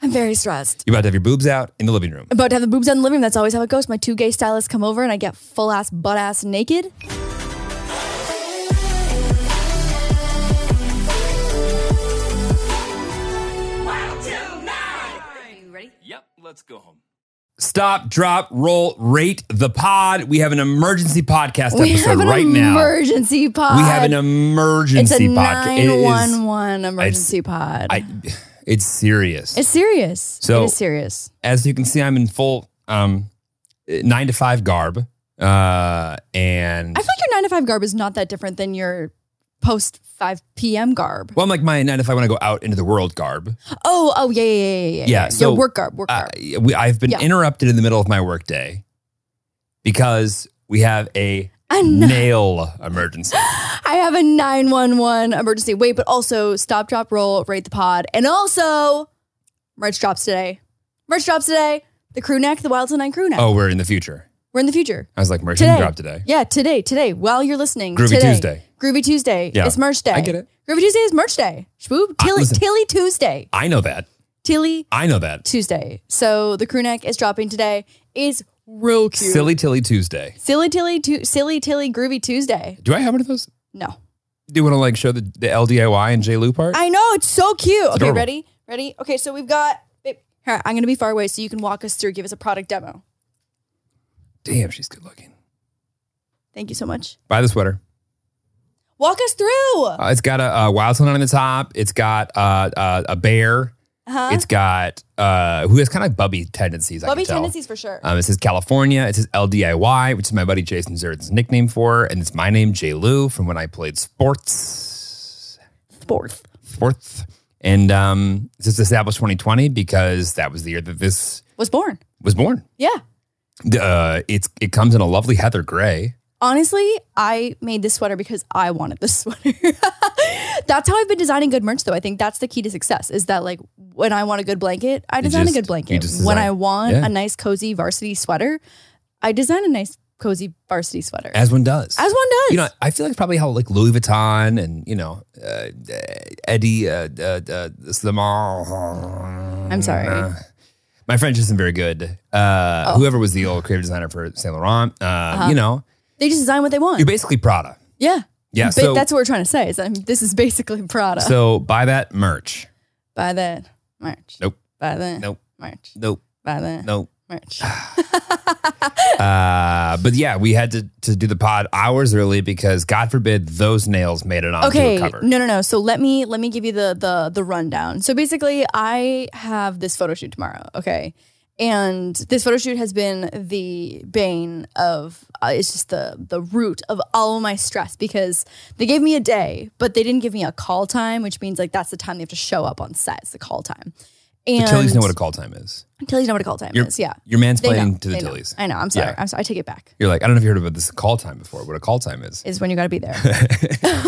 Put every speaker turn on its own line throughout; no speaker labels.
I'm very stressed.
You're about to have your boobs out in the living room.
About to have the boobs out in the living room. That's always how it goes. My two gay stylists come over and I get full ass, butt ass naked.
Yep, let's go home.
Stop, drop, roll, rate the pod. We have an emergency podcast
we
episode
have an
right now.
emergency pod.
We have an
It's
emergency
a
podcast. It is-
911 emergency pod.
I, it's serious.
it's serious.
So-
it is serious.
As you can see, I'm in full um, nine to five garb. Uh, and
I feel like your 9 to 5 garb is not that different than your post 5 p.m. garb.
well, I'm like my nine to five when I go out into the world garb.
Oh, oh, yeah, yeah, yeah, yeah.
Yeah, so,
your work garb, work
Uh,
garb.
we, I've been
Yeah.
interrupted in the middle of my workday because we have a
And
nail emergency.
I have a 911 emergency. Wait, but also stop, drop, roll, rate the pod. And also, merch drops today. Merch drops today. The crew neck, the Wild Till Nine crew neck.
oh, we're in the future.
We're in the future.
I was like, merch
Today.
didn't drop today.
Yeah, today, today, while you're listening.
Groovy
today.
Tuesday.
Groovy Tuesday.
Yeah,
It's merch day.
I get it.
Groovy Tuesday is merch day. Shboob.
I-
Tilly,
listen.
Tilly Tuesday.
I know that.
Tilly
I know that.
Tuesday. So the crew neck is dropping today. Is real cute.
Silly Tilly Tuesday.
Silly Tilly, tu- Silly Tilly Groovy Tuesday.
Do I have one of those?
No.
Do you want to like show the, the LDIY and J Lou part?
I know it's so cute. okay,
adorable.
ready, ready. Okay, so we've got. babe, Here, I'm gonna be far away, so you can walk us through. Give us a product demo.
Damn, she's good looking.
Thank you so much.
Buy the sweater.
Walk us through. Uh
Uh, it's got a, a wild sun on the top. It's got uh, uh, a bear.
huh.
It's got uh, who has kind of like bubby tendencies. I
Bubby
can tell.
tendencies for sure.
Um, it says California. It says LDIY, which is my buddy Jason Zurich's nickname for, her, and it's my name J Lou from when I played sports.
Sports.
Sports. And um, this is established 2020 because that was the year that this
Was born.
was born.
Yeah.
Uh, it's it comes in a lovely heather gray.
Honestly, I made this sweater because I wanted this sweater. that's how I've been designing good merch, though. I think that's the key to success is that, like, when I want a good blanket, I
You
design
just-
a good
you
blanket.
just
When
design-
I want
Yeah.
a nice, cozy varsity sweater, I design a nice, cozy varsity sweater. As,
As one does.
one does.
you know, I feel like probably how like Louis Vuitton and you know uh, Eddie uh, uh, uh, Slimar.
I'm sorry. Oh.
Uh, my French isn't very good. Uh, Whoever was the old creative designer for Saint Laurent, uh,
Uh-huh.
you know,
they just design what they want.
you're basically Prada.
Yeah.
Yeah,
But
so-
that's what we're trying to say. Is that this is basically Prada.
So buy that merch.
by the March.
Nope.
By the
Nope.
March.
Nope.
By the
Nope.
March.
Uh, but yeah, we had to, to do the pod hours early because God forbid those nails made it onto
okay.
a cover.
No, no, no. So let me let me give you the the the rundown. So basically, I have this photo shoot tomorrow. Okay. And this photo shoot has been the bane of uh, it's just the the root of all my stress because they gave me a day, but they didn't give me a call time, which means like that's the time they have to show up on set. It's the call time.
The
And
Tillies know what a call time is.
Tillies know what a call time
You're-
is. Yeah.
You're
They know.
mansplaining to the
They know.
Tillies.
I know. I'm sorry.
Yeah.
I'm sorry. I take it back.
You're like, I don't know if you heard about this call time before, what a call time is.
Is when you got to be there.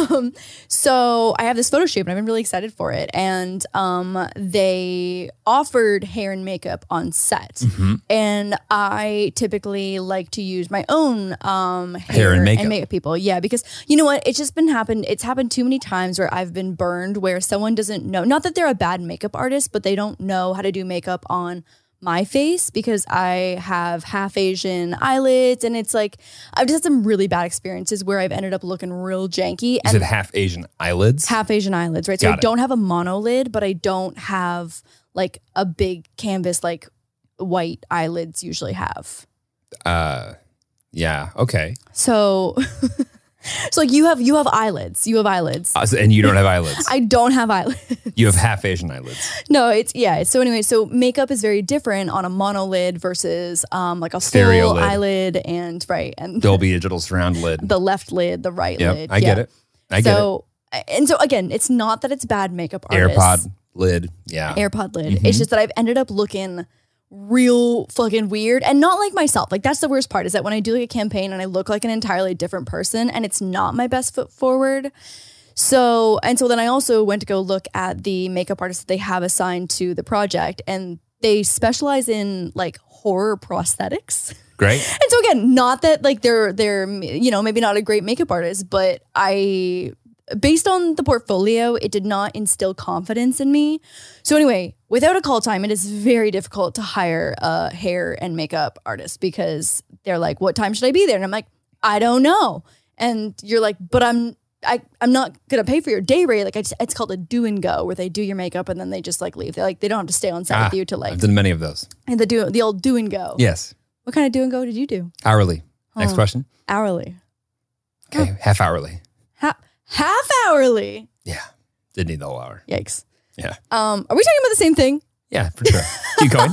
um, so I have this photo shoot, and I've been really excited for it. And um, they offered hair and makeup on set,
Mm-hmm.
and I typically like to use my own um, hair,
and makeup.
people. Yeah, because you know what? It's just been happened. It's happened too many times where I've been burned, where someone doesn't know. Not that they're a bad makeup artist, but they don't know how to do makeup on my face because I have half Asian eyelids, and it's like I've just had some really bad experiences where I've ended up looking real janky.
You
And
said half Asian eyelids.
half Asian eyelids, right? So
Got
I
it.
don't have a monolid, but I don't have like a big canvas like white eyelids usually have.
Uh, yeah. Okay.
So so like you have you have eyelids. You have eyelids.
Uh, so- and you don't have eyelids.
I don't have eyelids.
you have half Asian eyelids.
no, it's yeah. So anyway, so makeup is very different on a monolid versus um like a
Stereo
full
lid.
eyelid and right and
Dolby digital surround lid.
the left lid, the right
yep.
lid.
I get
yeah.
it. I get
so and so again, it's not that it's bad makeup
it.
artists.
AirPod lid. Yeah. Mm-hmm.
AirPod lid. It's just that I've ended up looking real fucking weird and not like myself. Like that's the worst part is that when I do like a campaign and I look like an entirely different person and it's not my best foot forward. So, and so then I also went to go look at the makeup artists that they have assigned to the project and they specialize in like horror prosthetics.
Great.
And so again, not that like they're they're you know maybe not a great makeup artist, but I based on the portfolio, it did not instill confidence in me. So anyway, without a call time, it is very difficult to hire a hair and makeup artist because they're like, "What time should I be there?" And I'm like, "I don't know." And you're like, "But I'm I, I'm not gonna pay for your day rate. Like I just, it's called a do and go, where they do your makeup and then they just like leave. They like they don't have to stay on set
Ah,
with you to like
I've done many of those.
and the do the old do and go.
Yes.
What kind of do and go did you do?
Hourly. Next
Huh.
question.
Hourly.
Okay. Half hourly.
half, half hourly.
Yeah. Didn't need the whole hour.
Yikes.
Yeah.
Um, are we talking about the same thing?
Yeah, for sure. Keep going.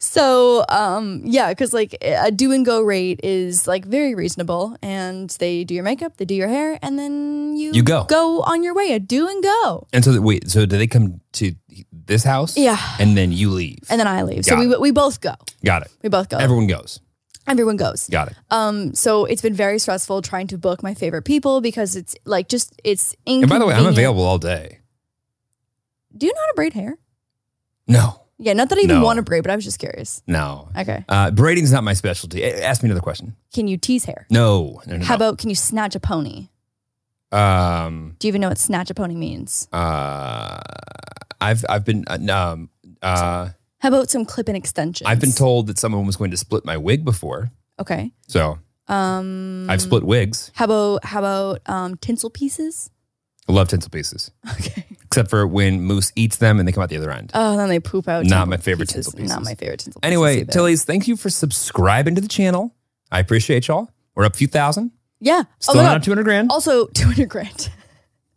So, um, yeah, because like a do and go rate is like very reasonable, and they do your makeup, they do your hair, and then you
You go.
go on your way. A do and go,
And so, th- wait, so do they come to this house?
Yeah.
And then you leave.
and then I leave.
Got
so we we both go.
Got it.
We both go.
Everyone goes.
Everyone goes.
Got it.
Um, so it's been very stressful trying to book my favorite people because it's like just it's.
And by the way, I'm
inconvenient.
available all day.
Do you know how to braid hair?
No,
Yeah, not that I even
No.
want to braid, but I was just curious.
no.
Okay,
Uh, braiding's not my specialty. A- Ask me another question.
can you tease hair?
No. no, no
How
no.
about can you snatch a pony?
Um,
Do you even know what snatch a pony means?
uh, I've I've been uh, um, uh,
How about some clip and extensions?
I've been told that someone was going to split my wig before,
Okay.
so
Um,
I've split wigs.
How about how about um, tinsel pieces?
I love tinsel pieces,
Okay.
except for when Moose eats them and they come out the other end.
Oh, then they poop out.
Not
tinsel
my favorite
pieces.
tinsel pieces.
Not my favorite tinsel.
Anyway,
pieces either.
Tillies, thank you for subscribing to the channel. I appreciate y'all. We're up a few thousand.
Yeah.
Still
oh my
not
god.
two hundred grand.
Also, two hundred grand.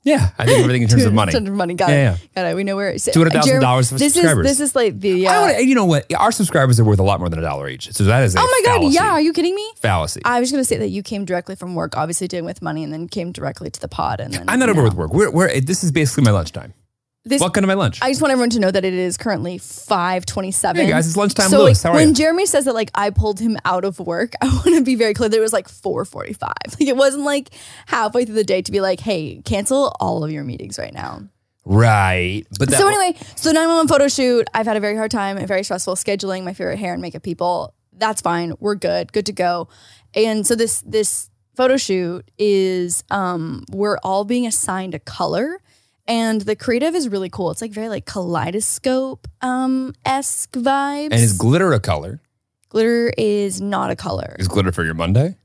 yeah, I think everything in terms of money.
Two hundred money. Got
Yeah,
it. Got it. We know where. it's-
$200,000 for
This
subscribers.
is this is like the. Uh,
I wanna, you know what? Our subscribers are worth a lot more than a dollar each. So that is a
oh my god!
fallacy.
Yeah. Are you kidding me?
fallacy. I,
I was gonna say that you came directly from work, obviously doing with money, and then came directly to the pod. And then
am not over with work. We're, we're this is basically my lunchtime.
This,
Welcome to my lunch.
I just want everyone to know that it is currently five twenty-seven.
Hey, guys, it's lunchtime,
So like,
Lewis. How are
when
you?
Jeremy says that, like I pulled him out of work, I want to be very clear that it was like four forty-five. Like it wasn't like halfway through the day to be like, "Hey, cancel all of your meetings right now."
right, but that,
so anyway, so nine one one photo shoot. I've had a very hard time and very stressful scheduling my favorite hair and makeup people. That's fine. We're good. Good to go. And so this this photo shoot is um we're all being assigned a color. And the creative is really cool. It's like very like kaleidoscope um esque vibes.
and is glitter a color?
glitter is not a color.
Is glitter for your Monday?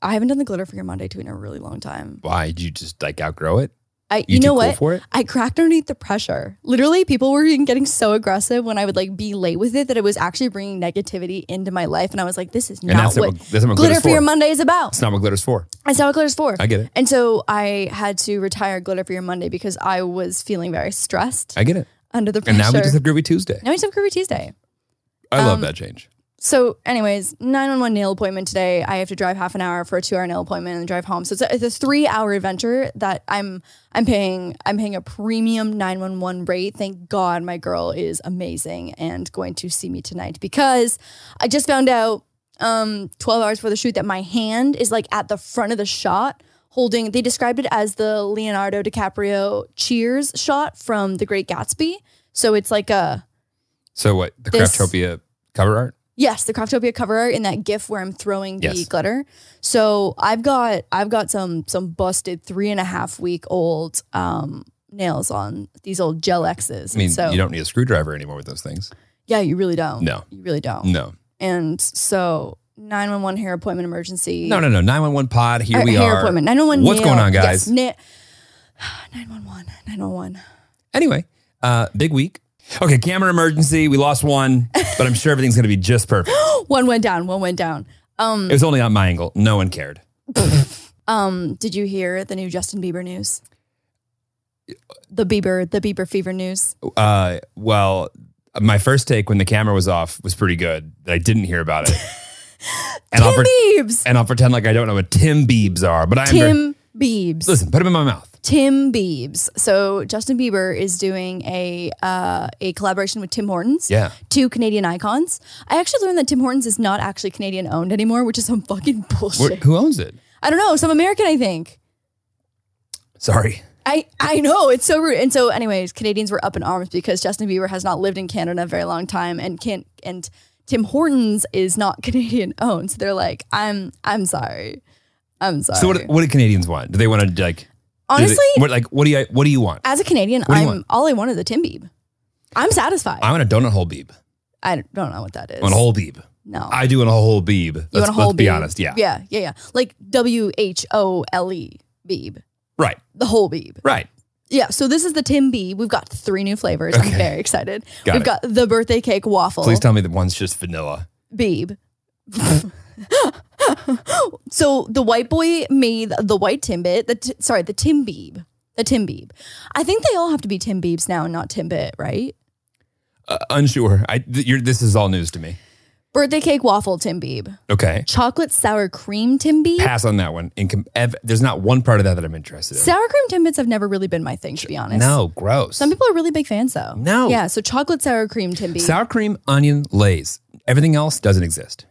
I haven't done the glitter for your Monday tweet in a really long time.
Why did you just like outgrow it?
I
You,
you,
too
know
cool
what?
for it?
I cracked underneath the pressure. Literally, people were even getting so aggressive when I would like be late with it that it was actually bringing negativity into my life, and I was like, "This is
And
not
that's what,
what
that's
glitter
what glitter's
for
for.
your Monday is about."
It's not what glitter's for.
That's not what glitter's for.
I get it.
and so I had to retire glitter for your Monday because I was feeling very stressed
I get it.
under the pressure.
And now we just have Groovy Tuesday.
now we just have Groovy Tuesday.
I love
Um,
that change.
So, anyways, nine on one nail appointment today. I have to drive half an hour for a two hour nail appointment and drive home. So it's a, it's a three hour adventure that I'm I'm paying I'm paying a premium nine one one rate. Thank God my girl is amazing and going to see me tonight because I just found out um 12 hours before the shoot that my hand is like at the front of the shot holding they described it as the Leonardo DiCaprio cheers shot from The Great Gatsby. So it's like a
So what? The
this-
Craftopia cover art?
Yes, the Craftopia cover art in that GIF where I'm throwing the
Yes.
glitter. So I've got I've got some some busted three and a half week old um, nails on these old gel X's.
I mean,
so
you don't need a screwdriver anymore with those things.
yeah, you really don't.
No.
you really don't.
No.
And so nine one one hair appointment emergency.
No, no, no. 911 pod. Here
Or
we
hair
are.
appointment. Nine one one.
What's going on, guys?
Yes, nine one one. Nine one one.
Anyway, uh, big week. Okay, camera emergency. We lost one, but I'm sure everything's going to be just perfect.
One went down. One went down. Um,
It was only on my angle. No one cared.
um. Did you hear the new Justin Bieber news? The Bieber, the Bieber fever news.
Uh, well, my first take when the camera was off was pretty good. That I didn't hear about it. and, I'll
Tim
pre-
Biebs.
and I'll pretend like I don't know what Tim Beebs are, but I am. very-
Tim Biebs.
Listen, put them in my mouth.
Tim Biebs. So Justin Bieber is doing a uh, a collaboration with Tim Hortons.
Yeah.
Two Canadian icons. I actually learned that Tim Hortons is not actually Canadian owned anymore, which is some fucking
Where,
bullshit.
who owns it?
I don't know. Some American, I think.
Sorry.
I, I know it's so rude. And so, anyways, Canadians were up in arms because Justin Bieber has not lived in Canada a very long time, and can't. And Tim Hortons is not Canadian owned, so they're like, I'm I'm sorry, I'm sorry.
So what? What do Canadians want? Do they want to like? do they-
Honestly,
what like what do you what do you want?
as a Canadian,
do you
I'm
want?
all I want is a Tim Beeb. I'm satisfied.
I want a donut hole beeb.
I don't know what that is.
I want a whole beeb.
no,
I do want a whole beeb. Let's,
you want a whole
let's be
Beeb.
honest. Yeah.
yeah, yeah, yeah. Like W H O L E Beeb,
Right.
the whole Beeb.
Right.
Yeah. So this is the Tim Beeb. We've got three new flavors. I'm
Okay.
very excited.
Got
We've
it.
got the birthday cake waffle.
Please tell me that one's just vanilla.
Beeb. so the white boy made the white Timbit. The t- sorry, the Tim Beeb. The Tim Beeb. I think they all have to be Tim Beebs now and not Timbit, right?
Uh, unsure. I. Th- you're, this is all news to me.
Birthday cake waffle Tim Beeb.
Okay.
Chocolate sour cream Tim Beeb.
Pass on that one. In com- ev- there's not one part of that that I'm interested in.
sour cream Timbits have never really been my thing, to be honest.
No, gross.
Some people are really big fans though.
No.
Yeah, so chocolate sour cream Tim Beeb.
Sour cream, onion, lays. Everything else doesn't exist.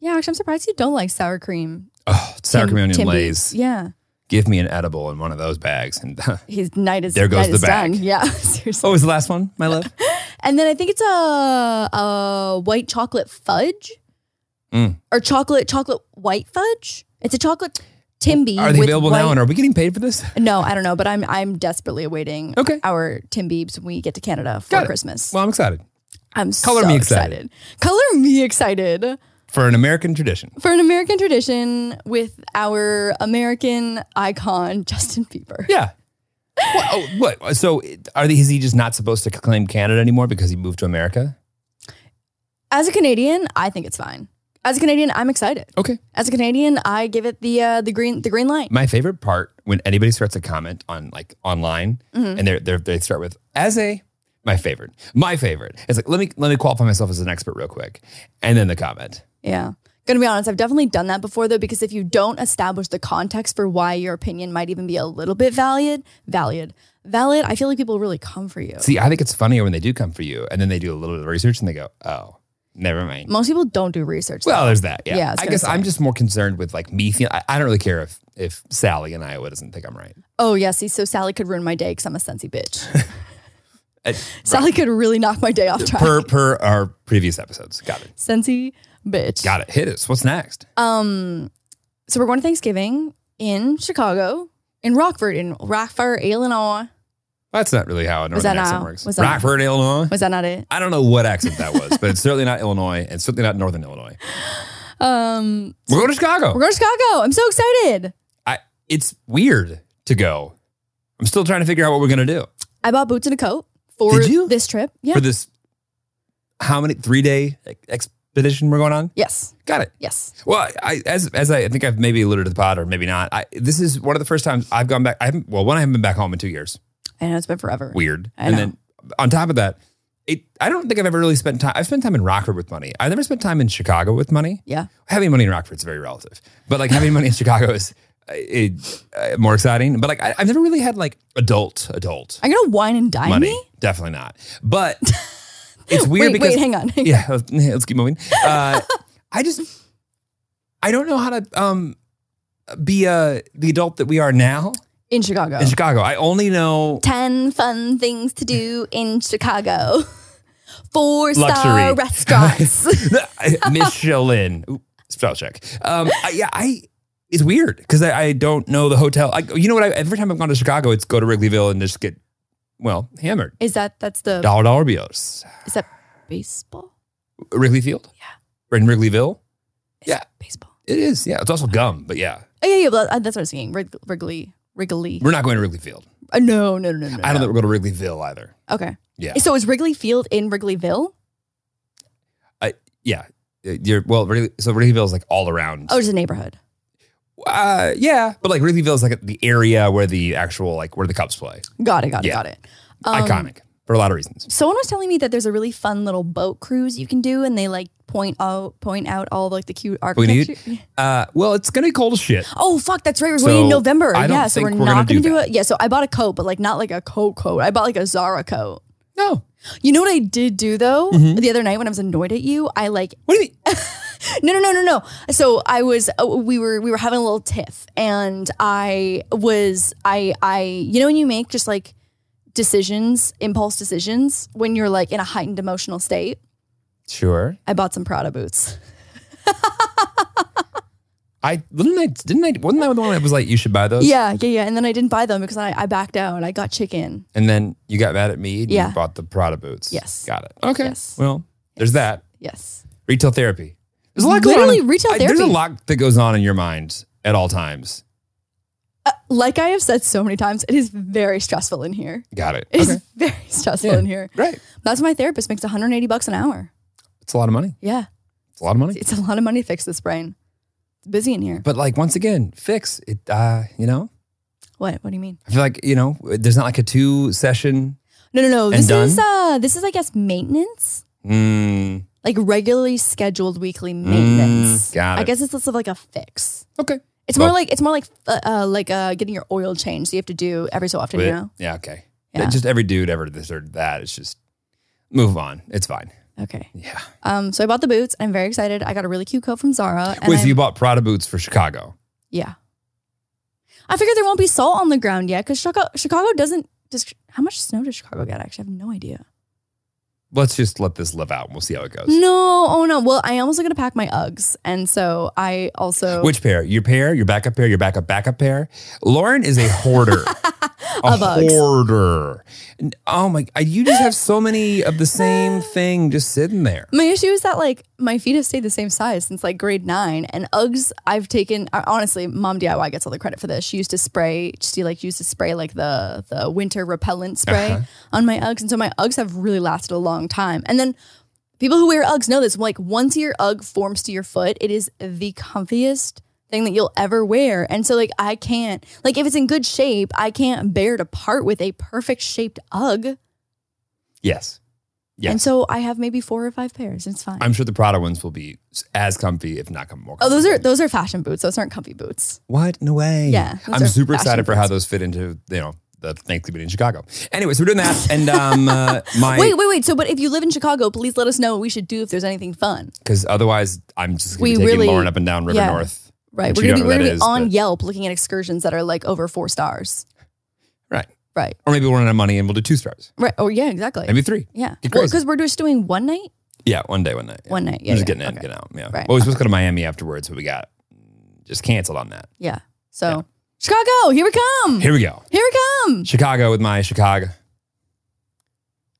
yeah, actually I'm surprised you don't like sour cream.
Oh, sour
Tim-
cream, onion,
Tim Beebs.
lays.
Yeah.
Give me an edible in one of those bags. And
His night is
There goes
night
the
is
bag.
done. Yeah, seriously.
what was the last one, my love?
And then I think it's a, a white chocolate fudge
Mm.
or chocolate chocolate white fudge. It's a chocolate Timby.
Are they
with
available now?
white-
And are we getting paid for this?
no, I don't know, but I'm I'm desperately awaiting
Okay.
our Tim Beebs when we get to Canada for
Got it.
Christmas.
Well, I'm excited
I'm
color
so
me
excited. Color me excited
for an American tradition.
for an American tradition with our American icon Justin Bieber.
Yeah. What? Oh, what? So are they, is he just not supposed to claim Canada anymore because he moved to America?
As a Canadian, I think it's fine. As a Canadian, I'm excited.
Okay.
As a Canadian, I give it the uh, the green the green light.
My favorite part when anybody starts a comment on like online
Mm-hmm.
and they're, they're, they start with as a my favorite, my favorite. It's like let me let me qualify myself as an expert real quick, and then the comment.
Yeah. Gonna be honest, I've definitely done that before though, because if you don't establish the context for why your opinion might even be a little bit valid, valid, valid, I feel like people really come for you.
See, I think it's funnier when they do come for you, and then they do a little bit of research and they go, "Oh, never mind."
Most people don't do research.
Well, there's that. Yeah,
Yeah, I was
I
gonna
guess
say.
I'm just more concerned with like me feeling. I, I don't really care if if Sally in Iowa doesn't think I'm right.
though. oh yeah, see, so Sally could ruin my day because I'm a sensy bitch.
Uh,
Sally could really knock my day off track.
per per our previous episodes. Got it.
sensy bitch.
Got it. Hit us. What's next?
Um, so we're going to Thanksgiving in Chicago, in Rockford, in Rockford, Illinois.
That's not really how a
that
northern accent
now?
works.
Was that-
Rockford, Illinois.
Was that not it?
I don't know what accent that was, but it's certainly not Illinois, and certainly not northern Illinois.
Um,
We're going to Chicago.
we're going to Chicago. I'm so excited.
I, it's weird to go. I'm still trying to figure out what we're going to do
I bought boots and a coat for
Did you?
this trip. Yeah.
for this. How many three day expedition we're going on?
yes.
Got it.
Yes.
Well, I, as as I, I think I've maybe alluded to the pod or maybe not. I, this is one of the first times I've gone back. I haven't. Well, one I haven't been back home in two years.
I know it's been forever.
Weird.
I
and
know.
then on top of that, it. I don't think I've ever really spent time. I've spent time in Rockford with money. I've never spent time in Chicago with money.
Yeah.
Having money in Rockford is very relative, but like having money in Chicago is uh, it, uh, more exciting. But like I, I've never really had like adult adult
Are you going to wine and dine
money.
me?
Definitely not. But it's weird
Wait,
because
wait, hang on. Hang
yeah, let's, let's keep moving. Uh, I just, I don't know how to um, be uh, the adult that we are now
In Chicago.
in Chicago. I only know
10 fun things to do in Chicago. Four
Luxury.
star restaurants.
Michelin. Ooh, spell check. Um, I, yeah, I. It's weird because I, I don't know the hotel. I, you know what? I, every time I've gone to Chicago, it's go to Wrigleyville and just get well hammered.
is that, that's the,
Dollar dollar bills.
is that baseball?
Wrigley Field. Yeah. In Wrigleyville.
Is
Yeah.
it Baseball.
It is. Yeah. It's also gum, but yeah,
Oh, yeah, yeah. Well, uh, that's what I was thinking. Wrig- Wrigley. Wrigley.
we're not going to Wrigley Field.
Uh, no, no, no, no, no.
I don't
no.
think we're going to Wrigleyville either.
Okay.
Yeah.
So is Wrigley Field in Wrigleyville?
yeah. Uh, You're well, really, so Wrigleyville is like all around.
Oh, it's a neighborhood.
Uh, yeah, but like Wrigleyville is like the area where the actual like where the Cubs play.
Got it, got it,
Yeah.
got it. Um,
Iconic for a lot of reasons.
someone was telling me that there's a really fun little boat cruise you can do and they like point out point out all like the cute
We
architecture.
need. Uh, well, it's gonna be cold as shit.
Oh fuck, that's right. We're going
So,
in November.
I don't
yeah, so
think
we're,
we're
not
gonna
gonna
do
do
that.
it. Yeah, so I bought a coat, but like not like a coat coat. I bought like a Zara coat.
No.
You know what I did do though?
Mm-hmm.
The other night when I was annoyed at you, I like
What do you mean?
no no no no no. So I was uh, we were we were having a little tiff, and I was I I you know when you make just like decisions, impulse decisions when you're like in a heightened emotional state.
Sure.
I bought some Prada boots.
I didn't I didn't I wasn't that the one that was like you should buy those?
Yeah yeah yeah, and then I didn't buy them because I I backed out. I got chicken.
And then you got mad at me. And
Yeah.
You bought the Prada boots.
Yes.
Got it. Okay.
Yes.
Well, there's that.
Yes.
Retail therapy. There's a lot going
Literally
on.
retail
There's a
therapy.
lot that goes on in your mind at all times.
Uh, Like I have said so many times, it is very stressful in here.
Got it.
It's very stressful
Yeah.
in here.
Right.
That's why my therapist makes 180 bucks an hour.
It's a lot of money.
Yeah.
It's a lot of money.
It's a lot of money to fix this brain. It's busy in here.
But like once again, fix it. Uh, you know,
What? What do you mean?
I feel like you know, there's not like a two session.
No, no, no.
And
This
done?
is uh this is I guess maintenance.
Mm,
Like regularly scheduled weekly maintenance.
Mm, got
I
it.
guess it's less of like a fix.
okay.
It's
Well-
more like it's more like uh, uh, like uh, getting your oil changed. that You have to do every so often, you know.
Yeah. Okay.
Yeah.
Just every dude ever this or that. It's just move on. It's fine.
Okay.
Yeah.
Um. So I bought the boots. I'm very excited. I got a really cute coat from Zara. and
Wait, so
I'm-
you bought Prada boots for Chicago?
Yeah. I figured there won't be salt on the ground yet because Chicago, Chicago doesn't. Does, how much snow does Chicago get? I actually have no idea.
Let's just let this live out and we'll see how it goes.
No, oh no. Well, I am also going to pack my Uggs. And so I also.
Which pair? Your pair, your backup pair, your backup backup pair. Lauren is a hoarder. a
Of Uggs.
hoarder. N- Oh my! I- You just have so many of the same thing just sitting there.
My issue is that like my feet have stayed the same size since like grade nine, and Uggs I've taken. uh, Honestly, Mom DIY gets all the credit for this. She used to spray. She like used to spray like the the winter repellent spray on my Uggs, and so my Uggs have really lasted a long time. And then people who wear Uggs know this. Like once your Ugg forms to your foot, it is the comfiest thing that you'll ever wear. And so like I can't like if it's in good shape, I can't bear to part with a perfect shaped Ugg.
Yes, yes.
And so I have maybe four or five pairs. It's fine.
I'm sure the Prada ones will be as comfy, if not com- more.
Oh,
Comfy.
those are those are fashion boots. Those aren't comfy boots.
what? No way.
Yeah, those
I'm
are
super
fashion
excited for how
boots.
those fit into you know the Thanksgiving in Chicago. Anyway, so we're doing that, and um, uh,
wait,
my
wait, wait. So, but if you live in Chicago, please let us know what we should do if there's anything fun.
because otherwise I'm just gonna
We
be taking
really-
Lauren up and down River
yeah.
North.
Right, we're
Which you
gonna be
don't
we're
know
gonna
what
be
that is,
on
but-
Yelp looking at excursions that are like over four stars.
Right.
Right,
Or maybe we'll run out of money and we'll do two stars,
right. Oh yeah, exactly.
maybe three.
yeah,
Get
because
crazy.
we're just doing one night.
Yeah, one day, one night. Yeah.
One night,
We're
yeah,
just
yeah,
getting in,
okay.
getting out. Yeah.
Right,
Well, we were supposed to go to Miami afterwards, but we got just canceled on that.
Yeah. So Chicago, here we come. Here,
Here we go.
we come.
Chicago with my Chicago.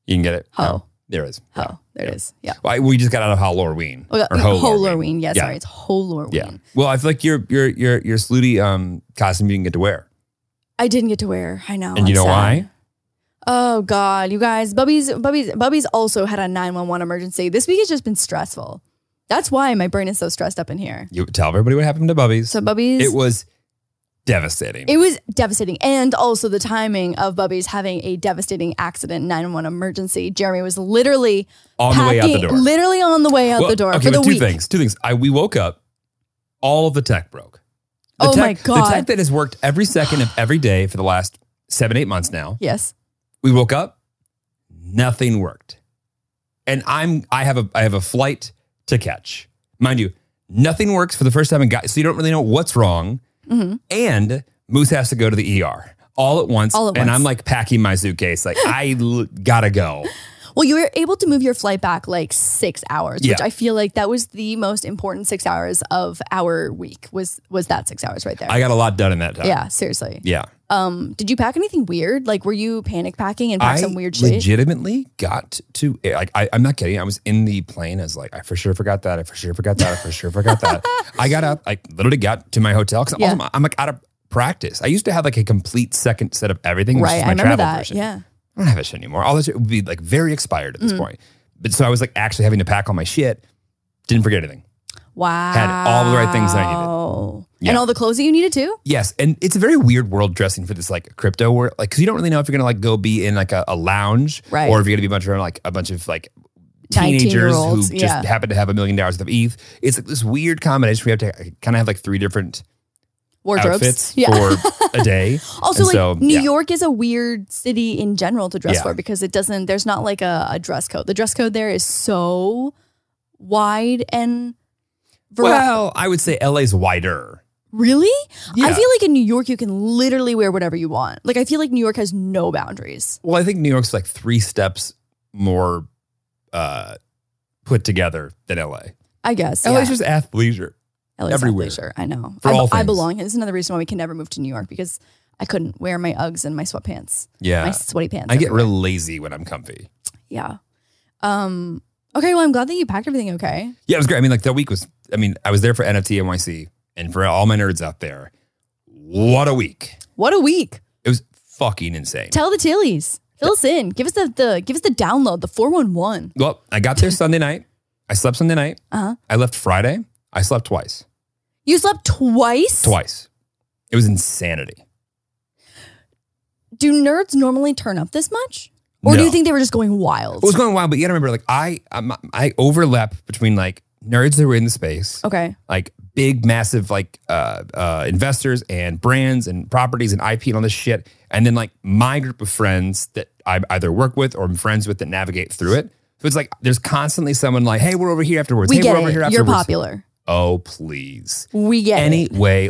You can get it.
Ho.
There it is.
Oh,
Yeah.
there
Yeah.
it is. Yeah.
Well, I- we just got out of Halloween.
Oh, yeah.
Or Halloween.
Holorween. Yeah,
Yeah.
sorry, it's Holorween.
Yeah. Well, I feel like your your your your Sluty um costume you can get to wear.
I didn't get to wear. I know.
and you
I'm
know
sad.
why?
Oh God, you guys, Bubby's Bubby's Bubby's also had a nine one one emergency. This week has just been stressful. That's why my brain is so stressed up in here.
You tell everybody what happened to Bubby's.
So Bubby's
it was devastating.
it was devastating, and also the timing of Bubby's having a devastating accident nine one one emergency. Jeremy was literally
on the way out the
packing-
door.
literally on the way out
Well,
the door
Okay,
for the
but two
week.
things. Two things. I we woke up, all of the tech broke. The
Oh
tech,
my God.
The tech that has worked every second of every day for the last seven, eight months now.
Yes,
We woke up, nothing worked. And I'm I have a I have a flight to catch. Mind you, nothing works for the first time in guys, so you don't really know what's wrong.
Mm-hmm.
And Moose has to go to the ER all at once.
All at
and
once.
I'm like packing my suitcase. Like I l- gotta go.
Well, you were able to move your flight back like six hours, which
Yeah.
I feel like that was the most important six hours of our week. Was was that six hours right there?
I got a lot done in that time.
yeah, seriously.
Yeah.
Um, did you pack anything weird? Like, were you panic packing and pack
I
some weird shit?
legitimately got to like I, I'm not kidding. I was in the plane. I was like, I for sure forgot that. I for sure forgot that. I for sure forgot that. I got up. I literally got to my hotel because
Yeah.
I'm like out of practice. I used to have like a complete second set of everything. Which
right,
is
I
my
remember
travel
that.
Version.
Yeah, Mm.
I don't have that shit anymore. All that shit would be like very expired at this point. But so I was like actually having to pack all my shit. Didn't forget anything.
wow.
all the right things that I needed.
needed,
Yeah.
and all the clothes that you needed too.
Yes, and it's a very weird world dressing for this like crypto world, like because you don't really know if you're gonna like go be in like a, a lounge,
Right.
or if you're gonna be a bunch of like a bunch of like teenagers who
19-year-olds,
just
yeah.
happen to have a million dollars of ETH. It's like this weird combination. We have to kind of have like three different
Wardrobes.
outfits
yeah.
for a day.
also,
And
like
so,
New
yeah.
York is a weird city in general to dress
Yeah.
for because it doesn't. There's not like a, a dress code. The dress code there is so wide and. vari-
Well, I would say LA's wider.
Really? I
Yeah.
feel like in New York you can literally wear whatever you want. Like I feel like New York has no boundaries.
Well, I think New York's like three steps more uh, put together than LA.
I guess.
LA's
yeah.
just athleisure.
LA's
everywhere.
athleisure. I know.
For
I,
all
I
things.
belong. It's another reason why we can never move to New York because I couldn't wear my Uggs and my sweatpants, my
Yeah.
sweaty pants.
I get
everywhere.
real lazy when I'm comfy.
yeah. Um. Okay. Well, I'm glad that you packed everything. Okay.
Yeah, it was great. I mean, like that week was, I mean, I was there for NFT NYC and for all my nerds out there. What a week.
What a week.
It was fucking insane.
Tell the Tillies. Fill us in. Give us the, the give us the download. The four one one.
Well, I got there Sunday night. I slept Sunday night.
Uh-huh.
I left Friday. I slept twice.
You slept twice.
Twice. It was insanity.
Do nerds normally turn up this much, or do
No.
you think they were just going wild?
It was going wild, but you gotta remember, like I, I'm, I overlap between like nerds that were in the space,
okay.
like big, massive, like uh, uh, investors and brands and properties and IP and all this shit, and then like my group of friends that I either work with or I'm friends with that navigate through it. So it's like there's constantly someone like, hey, we're over here afterwards.
We
hey,
get
we're over
it.
here
You're
afterwards.
popular.
Oh please.
We get it.
Anyway,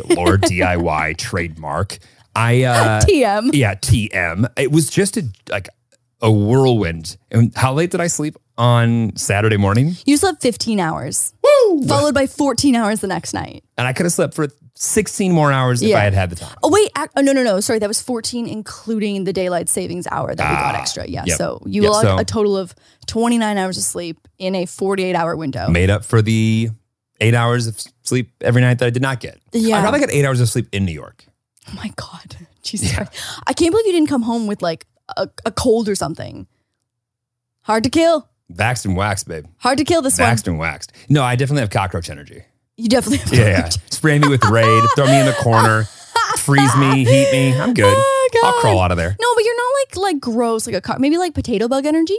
Lord DIY trademark. I uh,
TM.
yeah, TM. It was just a like a whirlwind. And how late did I sleep on Saturday morning?
You slept 15 hours,
Woo!
followed by 14 hours the next night.
And I could have slept for 16 more hours if
Yeah.
I had had the time.
Oh wait, ac- oh, no, no, no. Sorry, that was 14, including the daylight savings hour that we got extra. Yeah,
Ah, yep.
so you
Yep,
logged
so-
a total of 29 hours of sleep in a 48 hour window.
Made up for the eight hours of sleep every night that I did not get.
Yeah.
I probably got eight hours of sleep in New York.
Oh my god, Jesus Christ! I can't believe you didn't come home with like a, a cold or something. Hard to kill.
Vaxxed and waxed, babe.
Hard to kill this one.
Vaxxed and waxed. No, I definitely have cockroach energy.
You definitely. Have
Yeah, yeah. Spray me with raid, throw me in the corner, freeze me, heat me. I'm good.
Oh, God.
I'll crawl out of there.
No, but you're not like like gross like a co- maybe like potato bug energy.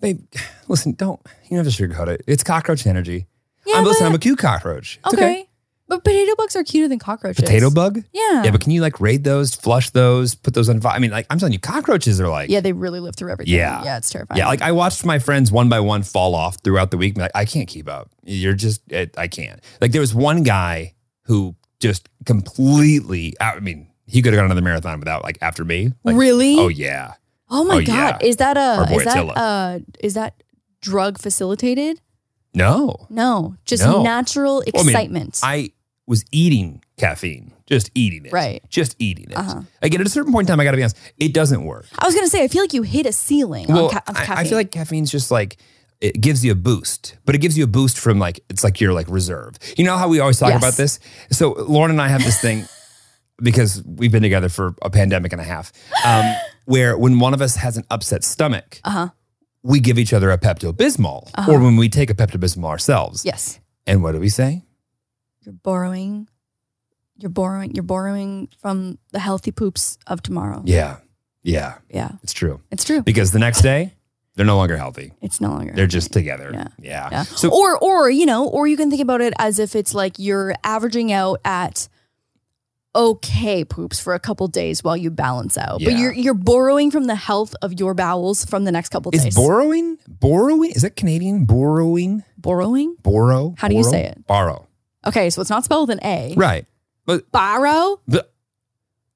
Babe, listen, don't, you don't have to sugarcoat it. It's cockroach energy.
Yeah,
I'm, listen,
but-
I'm a cute cockroach. It's
okay. But potato bugs are cuter than cockroaches.
Potato bug?
Yeah.
Yeah, but can you like raid those, flush those, put those on fire? I mean, like, I'm telling you, cockroaches are like,
Yeah, they really live through everything.
Yeah.
Yeah, it's terrifying.
yeah, like I watched my friends one by one fall off throughout the week. Like, I can't keep up. You're just, it, I can't. Like, there was one guy who just completely, I mean, he could have gone another marathon without, like, after me. Like,
really?
Oh, yeah.
Oh my
oh,
god.
yeah.
Is that
Our
a
boy
is that
Attila.
uh is that drug facilitated?
No.
No, just
No.
natural
Well, I mean,
excitement.
I was eating caffeine, just eating it.
Right.
Just eating it.
Uh-huh.
Like, at a certain point in time, I got to be honest, it doesn't work.
I was gonna say, I feel like you hit a ceiling on ca- of
I-
caffeine.
I, feel like caffeine's just like it gives you a boost, but it gives you a boost from like it's like your like reserve. You know how we always talk
Yes.
about this. So Lauren and I have this thing because we've been together for a pandemic and a half, um, where when one of us has an upset stomach,
Uh-huh.
we give each other a Pepto Bismol,
Uh-huh.
or when we take a Pepto Bismol ourselves.
yes,
And what do we say?
you're borrowing, you're borrowing, you're borrowing from the healthy poops of tomorrow.
Yeah, yeah,
yeah,
it's true.
it's true.
Because the next day, they're no longer healthy.
It's no longer.
They're just together.
Yeah.
Yeah.
Yeah.
So
or or you know, or you can think about it as if it's like you're averaging out at okay poops for a couple days while you balance out. But
Yeah.
you're you're borrowing from the health of your bowels from the next couple
is
days.
borrowing borrowing is that Canadian borrowing?
borrowing?
Borrow.
How do you
borrow?
say it?
Borrow.
Okay, so it's not spelled with an A.
Right. But
Borrow?
the,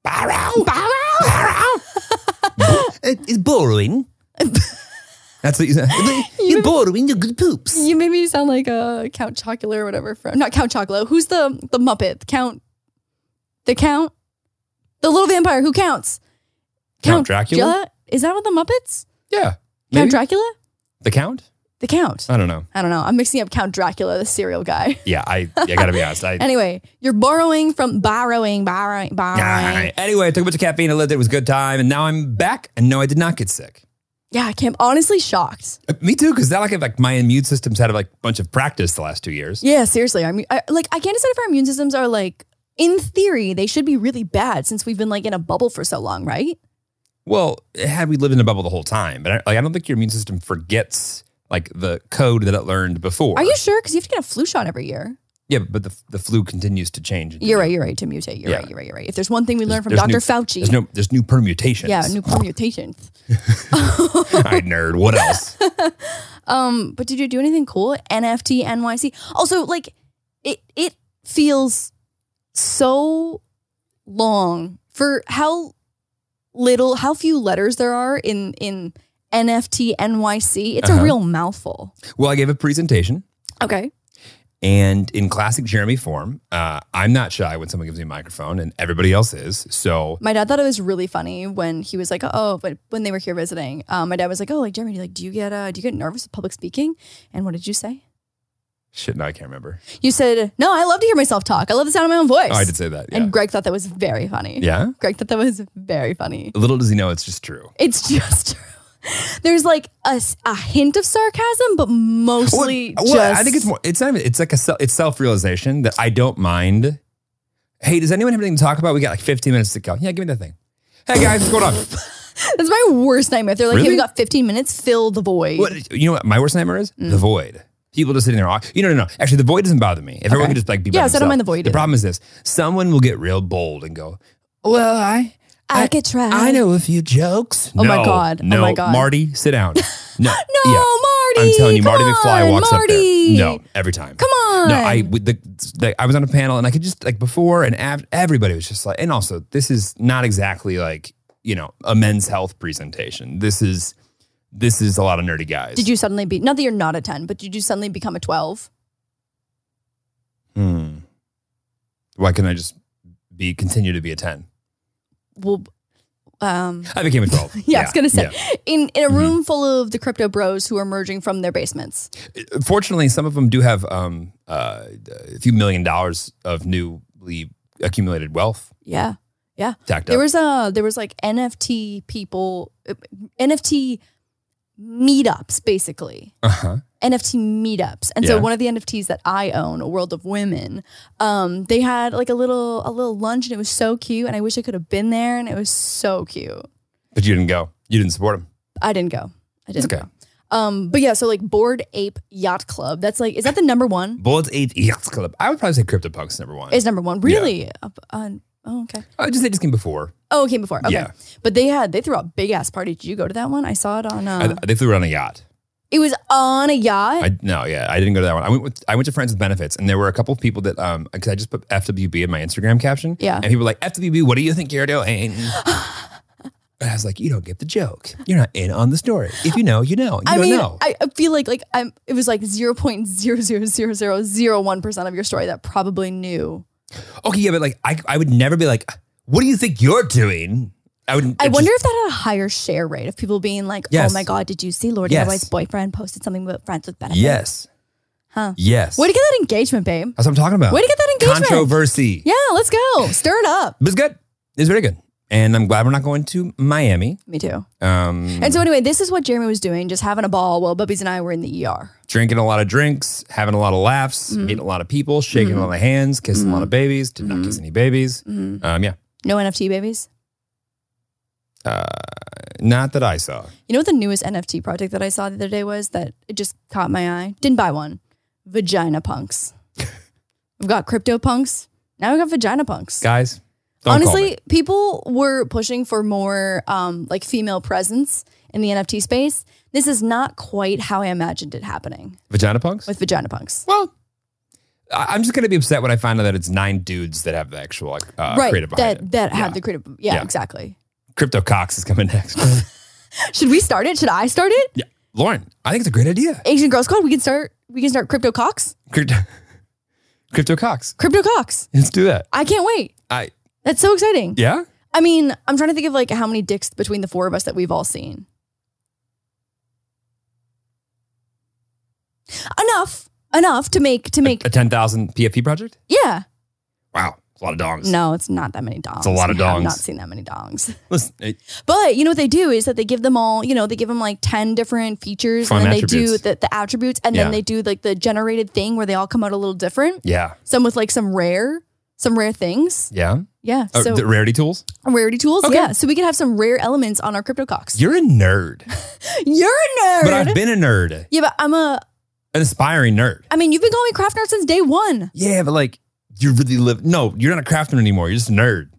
borrow. Borrow. It's borrowing. That's what you said. You're borrowing your good poops.
You made me sound like a Count Chocula or whatever from not Count Chocula. Who's the the Muppet? Count the Count? The little vampire who counts?
Count Dracula?
Is that what the Muppets?
Yeah.
Count
Maybe.
Dracula?
the count?
The Count.
I don't know.
I don't know. I'm mixing up Count Dracula, the serial guy.
Yeah, I, I gotta be honest. I,
Anyway, you're borrowing from borrowing, borrowing, borrowing.
Ah, anyway, I took a bunch of caffeine. I lived it. It was a good time. And now I'm back. And no, I did not get sick.
Yeah, I am honestly shocked.
Uh, Me too, because that like, like my immune system's had like a bunch of practice the last two years.
Yeah, seriously. I mean, I, like, I can't decide if our immune systems are like, in theory, they should be really bad since we've been like in a bubble for so long, right?
Well, had we lived in a bubble the whole time, but I, like I don't think your immune system forgets like the code that it learned before.
Are you sure? Because you have to get a flu shot every year.
Yeah, but the, the flu continues to change. and
You're right. You're right to mutate. You're
Yeah.
right. You're right. You're right. If there's one thing we learned from
there's
Dr.
new-
Fauci,
There's no there's new permutations.
yeah, new permutations.
I nerd. What else?
Um, but did you do anything cool? at NFT NYC. Also, like it it feels so long for how little, how few letters there are in in NFT NYC. It's
Uh-huh.
a real mouthful.
well, I gave a presentation,
Okay.
and in classic Jeremy form, uh, I'm not shy when someone gives me a microphone, and everybody else is. So
My dad thought it was really funny when he was like, "Oh," but when they were here visiting, um, my dad was like, "Oh, like Jeremy, do you- like do you get uh, do you get nervous with public speaking?" And what did you say?
shit, no, I can't remember.
You said, "No, I love to hear myself talk. I love the sound of my own voice."
Oh, I did say that. Yeah.
And Greg thought that was very funny.
yeah.
Greg thought that was very funny.
Little does he know it's just true.
It's just there's like a, s- a hint of sarcasm, but mostly
Well,
just.
well, I think it's more. It's not even. It's like a. se- It's self realization that I don't mind. Hey, does anyone have anything to talk about? We got like 15 minutes to go. Yeah, give me that thing. Hey guys, what's going on?
That's my worst nightmare. If they're like, "Hey,
Really?
we got 15 minutes. Fill the void."
What you know? What my worst nightmare is
Mm.
the void. People just sitting there. aw- You know, no, no. Actually, the void doesn't bother me. If everyone can just like be by
Yeah, so I don't
themselves.
mind the void
The
either.
problem is this: someone will get real bold and go, "Well, I,
I could try."
I know a few jokes."
Uh-huh. Oh my
No,
God. Oh
No,
my God.
Marty, sit down. No,
No, Marty.
I'm telling you,
come
Marty McFly
on,
walks
Marty.
up there. No, every time.
Come on.
No, I with the, the I was on a panel and I could just like before and after everybody was just like and also this is not exactly like you know a men's health presentation. This is this is a lot of nerdy guys.
Did you suddenly be not that you're not a 10, but did you suddenly become a 12?
Hmm. Why couldn't I just be continue to be a ten?
Well, um,
I became a twelve.
yeah, I was gonna say
yeah.
in
Mm-hmm.
in a room full of the crypto bros who are merging from their basements.
Fortunately, some of them do have um uh, a few million dollars of newly accumulated wealth
Yeah, yeah.
stacked
There
up.
was a there was like NFT people, uh, NFT meetups basically.
Uh huh.
NFT meetups. And so
Yeah.
one of the NFTs that I own, a World of Women, um, they had like a little a little lunch and it was so cute and I wish I could have been there and it was so cute.
But you didn't go. You didn't support him.
I didn't go. I didn't
okay.
go. Um, but yeah, so like Board Ape Yacht Club. That's like, is that the number one?
Bold Eight Yachts Club. I would probably say CryptoPunks number one.
Is number one really? Up on, oh, okay.
I would just say it just came before.
Oh, it came before. Okay,
Yeah.
but they had they threw a big ass party. Did you go to that one? I saw it on. Uh,
I, they flew around a yacht.
it was on a yacht.
I no, yeah, I didn't go to that one. I went with I went to friends with benefits, and there were a couple of people that um, because I just put FWB in my Instagram caption,
Yeah.
and people were like FWB, what do you think you're doing? And I was like, you don't get the joke. You're not in on the story. If you know, you know. You
I
don't
mean,
know.
I I feel like like I'm. It was like zero point zero zero zero zero zero one percent of your story that probably knew.
okay, yeah, but like, I I would never be like, what do you think you're doing? I would.
I wonder if that had a higher share rate of people being like,
Yes.
"Oh my god, did you see Lord
Yes.
yes. boyfriend posted something about friends with benefits?"
yes,
Huh.
Yes,
Way to get that engagement, babe.
That's what I'm talking about.
Way to get that engagement.
Controversy.
Yeah, let's go. Stir it up.
But it's good. It's very good. And I'm glad we're not going to Miami.
Me too.
Um,
And so anyway, this is what Jeremy was doing, just having a ball while Bubbies and I were in the ER.
drinking a lot of drinks, having a lot of laughs,
Mm-hmm.
meeting a lot of people, shaking a lot of hands, kissing a lot of babies. Did not
Mm-hmm.
kiss any babies. Um, yeah,
No NFT babies.
not that I saw.
You know what the newest NFT project that I saw the other day was that it just caught my eye? Didn't buy one. Vagina punks. We've got crypto punks. Now we've got vagina punks.
Guys, don't call me.
Honestly, people were pushing for more um, like female presence in the NFT space. This is not quite how I imagined it happening
vagina punks.
with vagina punks.
well, I- I'm just gonna be upset when I find out that it's nine dudes that have the actual like uh,
right.
creative behind
That that
Yeah.
had the creative yeah,
Yeah.
exactly.
it. Crypto Cox is coming next.
Should we start it? Should I start it?
yeah, Lauren, I think it's a great idea.
Asian Girls Club, we can start we can start Crypto Cox.
Crypto, Crypto Cox.
Crypto Cox.
Let's do that.
I can't wait.
I
That's so exciting.
yeah.
I mean, I'm trying to think of like how many dicks between the four of us that we've all seen. Enough, enough to make to make.
a ten thousand PFP project.
Yeah,
Wow, it's a lot of dongs.
no, it's not that many dongs.
a lot of
I have
dongs.
not seen that many dongs.
Listen, eh, it-
But you know what they do is that they give them all. You know, they give them like ten different features,
Fun
and then
attributes.
they do the, the attributes, and
Yeah.
then they do like the generated thing where they all come out a little different.
yeah,
Some with like some rare, some rare things.
yeah.
Yeah.
Uh,
So
the rarity tools.
rarity tools.
Okay.
Yeah. So we could have some rare elements on our CryptoCox.
You're a nerd,
You're a nerd.
but I've been a nerd,
yeah, but I'm a.
an aspiring nerd.
I mean, you've been calling me craft nerd since day one.
Yeah, but like you really live. No, you're not a crafter anymore. You're just a nerd,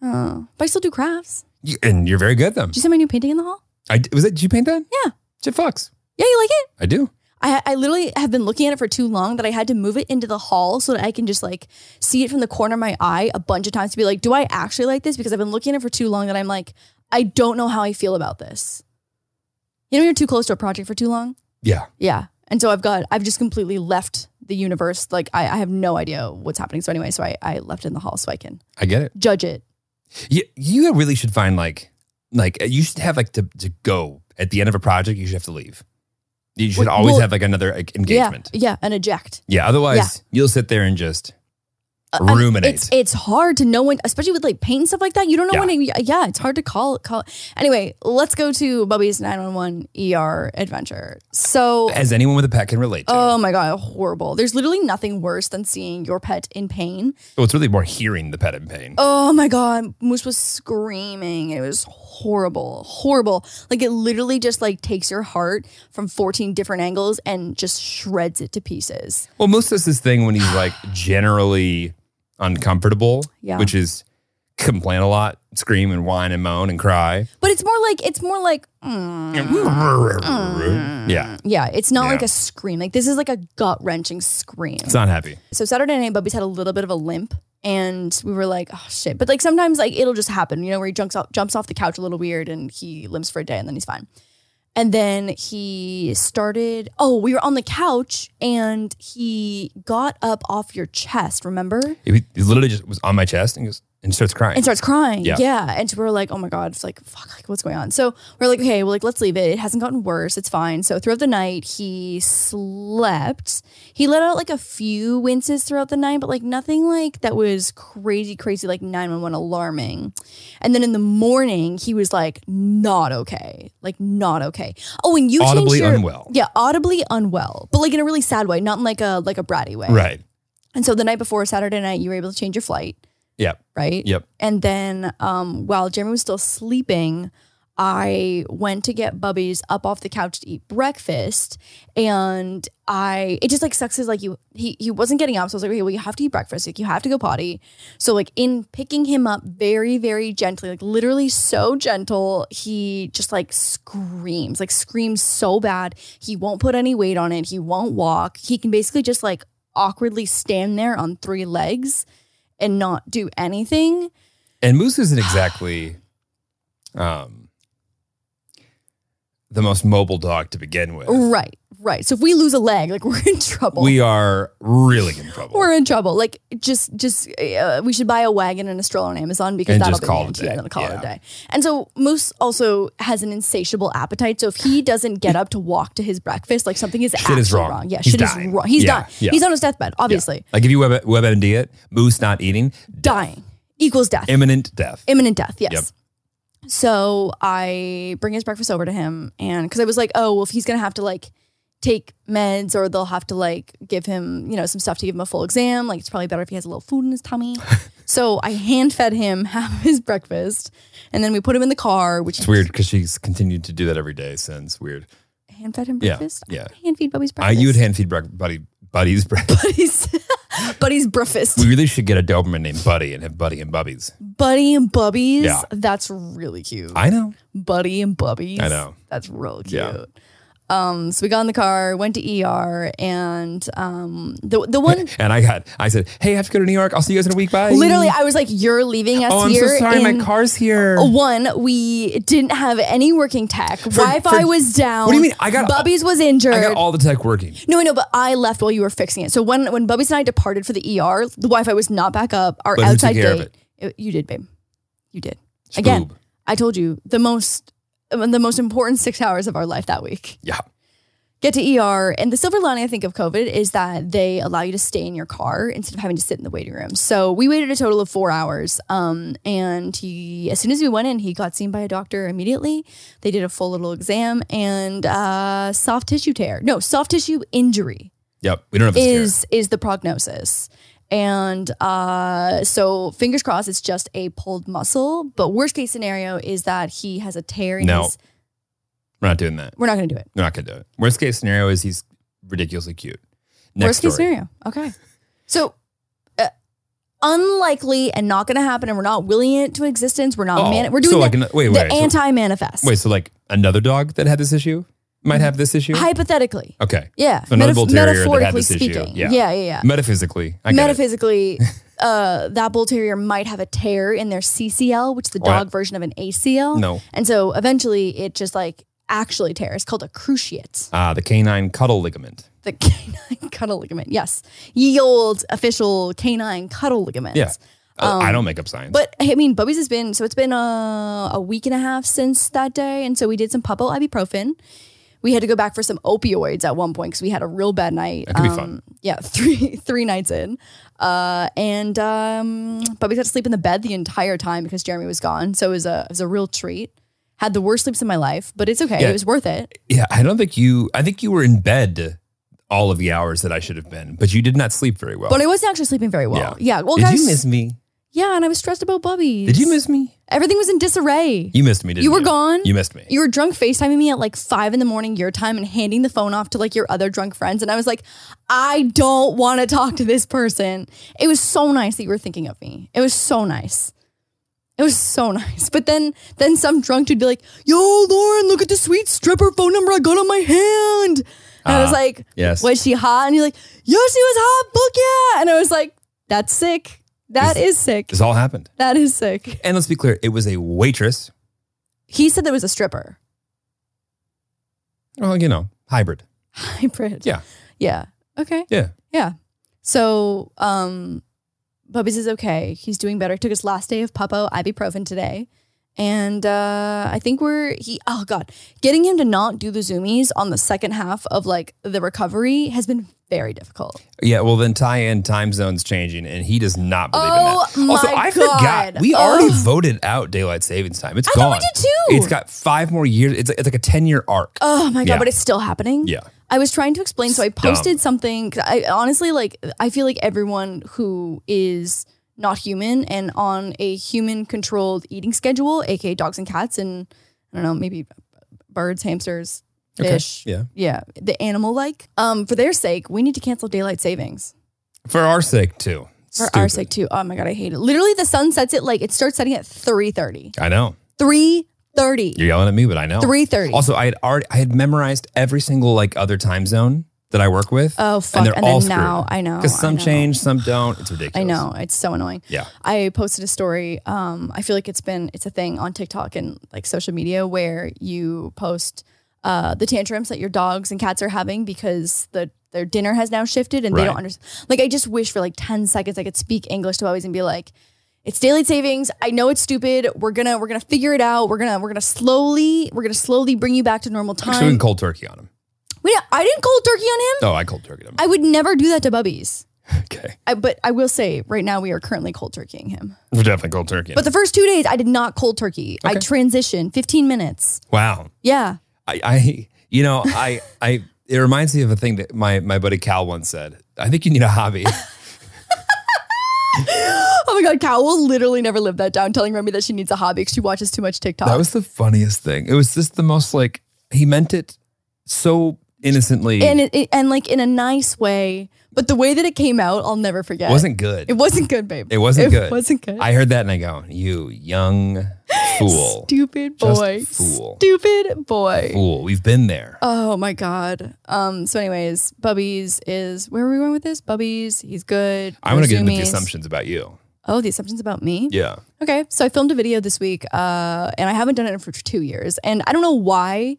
Oh, but I still do crafts.
you, and you're very good at them.
Did you see my new painting in the hall?
I d was that. Did you paint that?
Yeah.
Chip Fox.
Yeah, you like it?
I do.
I, I literally have been looking at it for too long that I had to move it into the hall so that I can just like see it from the corner of my eye a bunch of times to be like, do I actually like this? Because I've been looking at it for too long that I'm like, I don't know how I feel about this. You know, you're too close to a project for too long.
Yeah.
Yeah. And so I've got, I've just completely left the universe. Like I, I have no idea what's happening. So anyway, so I, I left it in the hall so I can
I get it.
judge it.
You, you really should find like like you should have like to, to go at the end of a project. You should have to leave. You should
Well-
always
well-
have like another like, engagement.
Yeah. Yeah. And eject.
Yeah. otherwise,
Yeah.
you'll sit there and just
Uh, I mean,
Ruminate.
It's it's hard to know when, especially with like paint and stuff like that. You don't know
Yeah.
when. It, yeah, it's hard to call call. Anyway, let's go to Bubby's nine one one ER adventure. So.
as anyone with a pet can relate to.
Oh my god, horrible. There's literally nothing worse than seeing your pet in pain.
well, it's really more hearing the pet in pain.
Oh my god, Moose was screaming. It was horrible. Horrible. Like it literally just like takes your heart from 14 different angles and just shreds it to pieces.
Well, Moose does this thing when he's like generally uncomfortable,
Yeah.
which is complain a lot, scream and whine and moan and cry.
But it's more like it's more like mm.
Yeah,
Yeah, it's not
Yeah.
like a scream. Like this is like a gut wrenching scream.
it's not happy.
So Saturday night, Bubby's had a little bit of a limp, and we were like, "Oh shit!" But like sometimes, like it'll just happen, you know, where he jumps off, jumps off the couch a little weird, and he limps for a day, and then he's fine. And then he started. Oh, we were on the couch, and he got up off your chest. Remember?
He, he literally just was on my chest and goes and starts crying.
and starts crying.
Yeah.
Yeah. And so we're like, oh my God, it's like, fuck, like, what's going on? So we're like, okay, well, like, let's leave it. It hasn't gotten worse. It's fine. So throughout the night, he slept. He let out like a few winces throughout the night, but like nothing like that was crazy, crazy, like 911 alarming. And then in the morning, he was like, not okay. Like, not okay. Oh, and you
Audibly
changed your,
unwell.
Yeah, audibly unwell, but like in a really sad way, not in like a like a bratty way.
right.
And so the night before Saturday night, you were able to change your flight,
Yep.
right?
Yep.
And then um, while Jeremy was still sleeping, I went to get Bubby's up off the couch to eat breakfast. And I it just like sucks is like you he he wasn't getting up. So I was like, okay, well, you have to eat breakfast. Like you have to go potty. So like in picking him up very, very gently, like literally so gentle, he just like screams, like screams so bad. He won't put any weight on it. He won't walk. He can basically just like awkwardly stand there on three legs and not do anything.
And Moose isn't exactly um, the most mobile dog to begin with.
Right, right. So if we lose a leg, like we're in trouble.
We are really in trouble.
we're in trouble. Like just, just uh, we should buy a wagon and a stroller on Amazon because
And
that'll
just
be the
call it
end.
a day.
Yeah, that'll call it
Yeah.
a day. And so Moose also has an insatiable appetite. So if he doesn't get up to walk to his breakfast, like something is
Shit
actually
is wrong.
wrong. Yeah,
He's
shit
dying.
is wrong. He's
Yeah,
dying.
yeah.
He's on his deathbed, obviously.
like if you web WebMD it, Moose not eating,
Dying equals death.
imminent death.
imminent death yes
Yep.
so i bring his breakfast over to him and because i was like oh well if he's gonna have to like take meds or they'll have to like give him you know some stuff to give him a full exam like it's probably better if he has a little food in his tummy so i hand fed him half of his breakfast and then we put him in the car which
It's weird because she's continued to do that every day since. Weird.
hand fed him
Yeah,
breakfast
yeah.
hand feed bubby's
I,
breakfast
you would hand feed breakfast, buddy, buddy's breakfast.
buddy's buddy's breakfast
we really should get a Doberman named Buddy and have Buddy and Bubbies.
buddy and bubbies
Yeah.
that's really cute
I know.
Buddy and Bubbies.
I know.
That's real cute.
Yeah.
Um, so we got in the car, went to ER, and um, the the one
And I got, I said, hey, I have to go to New York. I'll see you guys in a week. Bye.
literally, I was like, "You're leaving us
Oh, I'm
here."
so sorry.
in-
My car's here.
One, we didn't have any working tech. Wi-Fi
for-
was down.
What do you mean? I got-
Bubbies was injured.
I got all the tech working.
no, I know, but I left while you were fixing it. So when when Bubbies and I departed for the ER, the Wi-Fi was not back up. Our
But who took
outside
care of
gate. it- you did, babe. You did. Again,
Spoob.
I told you the most the most important six hours of our life that week.
Yeah.
get to ER. And the silver lining, I think, of COVID is that they allow you to stay in your car instead of having to sit in the waiting room. So we waited a total of four hours. Um, and he, as soon as we went in, he got seen by a doctor immediately. They did a full little exam and uh, soft tissue tear. No, soft tissue injury
Yep. We don't have this care.
is is the prognosis. And uh, so, fingers crossed, it's just a pulled muscle. But worst case scenario is that he has a tear in
No.
his.
We're not doing that.
We're not going to do it.
We're not gonna do it. Worst case scenario is he's ridiculously cute. Next
worst case
story.
scenario. Okay. So, uh, unlikely and not going to happen. And we're not willing it to existence. We're not.
Oh,
mani- we're doing
so
the,
like an- wait, wait, so-
anti manifest.
Wait, so like another dog that had this issue might have this issue?
Hypothetically.
okay.
Yeah.
So another bull terrier that had
metaphorically
this issue.
speaking.
Yeah.
yeah, yeah. yeah.
Metaphysically, I get it.
Metaphysically, uh, that bull terrier might have a tear in their CCL, which is the
What?
dog version of an ACL.
Oh, No.
And so eventually it just like actually tears. It's called a cruciate,
Ah, the canine cuddle ligament.
the canine cuddle ligament. Yes. Ye old official canine cuddle ligament.
Yeah. Oh, I don't make up science.
Um, But I mean, Bubby's has been so it's been uh, a week and a half since that day, and so we did some puppo ibuprofen. We had to go back for some opioids at one point because we had a real bad night. um,
That could be fun.
Yeah, three three nights in, uh, and um, Bubby's had to sleep in the bed the entire time because Jeremy was gone. So it was a it was a real treat. Had the worst sleeps in my life, but it's okay.
Yeah.
It was worth it.
yeah, I don't think you. I think you were in bed all of the hours that I should have been, but you did not sleep very well.
But I wasn't actually sleeping very well. Yeah. Well,
did
guys.
you miss me?
yeah, and I was stressed about Bubby.
Did you miss me?
Everything was in disarray.
You missed me. Didn't
You
you
were gone.
You missed me.
you were drunk FaceTiming me at like five in the morning your time and handing the phone off to like your other drunk friends. And I was like, I don't want to talk to this person. It was so nice that you were thinking of me. It was so nice. It was so nice. But then then some drunk dude be like, Yo, Lauren, look at the sweet stripper phone number I got on my hand. And I was
Ah,
like,
yes.
Was she hot? And you're like, Yo, she was hot, book yeah. And I was like, That's sick. That is sick.
this all happened.
That is sick.
And let's be clear, it was a waitress.
He said there was a stripper.
Well, you know, hybrid.
Hybrid.
Yeah.
Yeah. Okay.
Yeah.
Yeah. So, um, Bubbies is okay. He's doing better. Took his last day of Puppo ibuprofen today. And uh, I think we're he oh god, getting him to not do the zoomies on the second half of like the recovery has been very difficult.
Yeah, well, then tie in time zones changing, and he does not believe in
Oh,
that. Also,
my
I forgot
God.
we already
Ugh.
voted out daylight savings time. It's
I thought
gone.
we did too.
It's got five more years. It's, it's like a ten year arc.
Oh my god,
Yeah.
but it's still happening.
Yeah.
I was trying to explain, so I posted something. 'cause I honestly like. I feel like everyone who is not human and on a human-controlled eating schedule, aka dogs and cats, and I don't know, maybe birds, hamsters,
Okay.
fish,
Yeah.
yeah, the animal-like. Um, for their sake, we need to cancel daylight savings
For our sake too.
for our
Stupid.
sake too. Oh my god, I hate it. Literally, the sun sets at like it starts setting at three thirty.
I know
Three thirty.
you're yelling at me, but I know
Three thirty.
Also, I had already I had memorized every single like other time zone that I work with.
Oh fuck! And, then now I know
because
I
some
know.
change, some don't. It's ridiculous.
I know it's so annoying.
Yeah.
I posted a story. Um, I feel like it's been it's a thing on TikTok and like social media where you post uh, the tantrums that your dogs and cats are having because the their dinner has now shifted and they don't
Right.
understand. Like I just wish for like ten seconds I could speak English to always and be like, it's daylight savings. I know it's stupid. We're gonna we're gonna figure it out. We're gonna we're gonna slowly we're gonna slowly bring you back to normal
I'm doing
time.
cold turkey on him.
Wait, I didn't cold turkey on him.
Oh, I cold turkey him.
I would never do that to Bubbies.
okay,
I, but I will say right now we are currently cold turkeying him.
we're definitely cold turkey.
But the first two days I did not cold turkey. I
Okay.
transitioned 15 minutes.
wow.
Yeah.
I, I you know, I, I, it reminds me of a thing that my, my buddy Cal once said. I think you need a hobby.
Oh my God. Cal will literally never live that down telling Remy that she needs a hobby because she watches too much TikTok.
that was the funniest thing. It was just the most like, he meant it so innocently.
and, it, it- and like in a nice way, but the way that it came out, I'll never forget.
it wasn't good.
It wasn't good, babe.
It wasn't good.
It wasn't good.
I heard that and I go, you young fool.
Stupid
Just
boy.
fool.
Stupid boy.
Fool. We've been there.
Oh my god. Um. So, anyways, Bubbies is where are we going with this? Bubbies, he's good.
I'm going to get into the
Zoomies.
assumptions about you.
Oh, the assumptions about me.
Yeah.
Okay, so I filmed a video this week, uh, and I haven't done it for two years, and I don't know why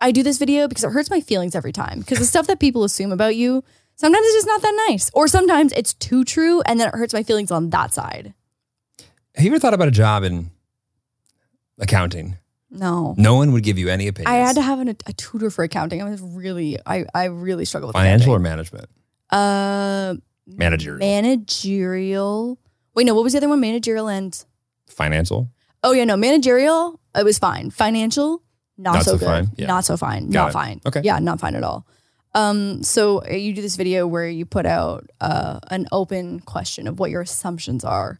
I do this video because it hurts my feelings every time. Because the stuff that people assume about you sometimes it's just not that nice, or sometimes it's too true, and then it hurts my feelings on that side.
Have you ever thought about a job in accounting?
No,
No one would give you any opinions.
I had to have an, a tutor for accounting. I was really, I, I really struggle with
financial or
accounting.
management?
uh,
Managerial.
managerial. Wait, no, what was the other one? Managerial and
financial.
oh yeah, no, managerial. It was fine. Financial, not, so, good.
fine, yeah.
Not so fine.
Got
not
it.
fine.
Okay.
Yeah, not fine at all. Um, so you do this video where you put out uh, an open question of what your assumptions are.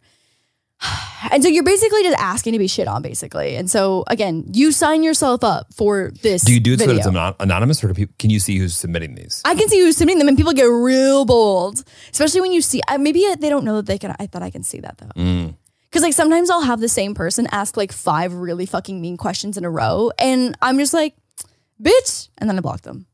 And so you're basically just asking to be shit on, basically. And so again, you sign yourself up for this.
Do you do it so
video.
that it's anon- anonymous, or do people, can you see who's submitting these?
I can see you submitting them, and people get real bold, especially when you see. Uh, maybe they don't know that they can. I thought I can see that though, because like sometimes I'll have the same person ask like five really fucking mean questions in a row, and I'm just like, bitch, and then I block them.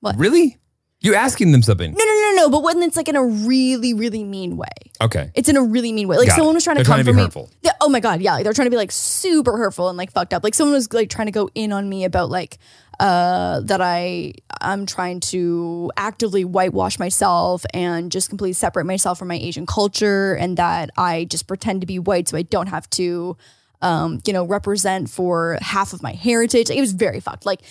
What?
Really? You're asking them something?
No, no, no, no. But when it's like in a really, really mean way,
Okay.
it's in a really mean way. Like
Got
someone
it.
was trying
They're
to come
trying to
for
be
me.
hurtful.
Yeah, oh my god, yeah, they're trying to be like super hurtful and like fucked up. Like someone was like trying to go in on me about like uh that I I'm trying to actively whitewash myself and just completely separate myself from my Asian culture and that I just pretend to be white so I don't have to um you know represent for half of my heritage. Like, it was very fucked. Like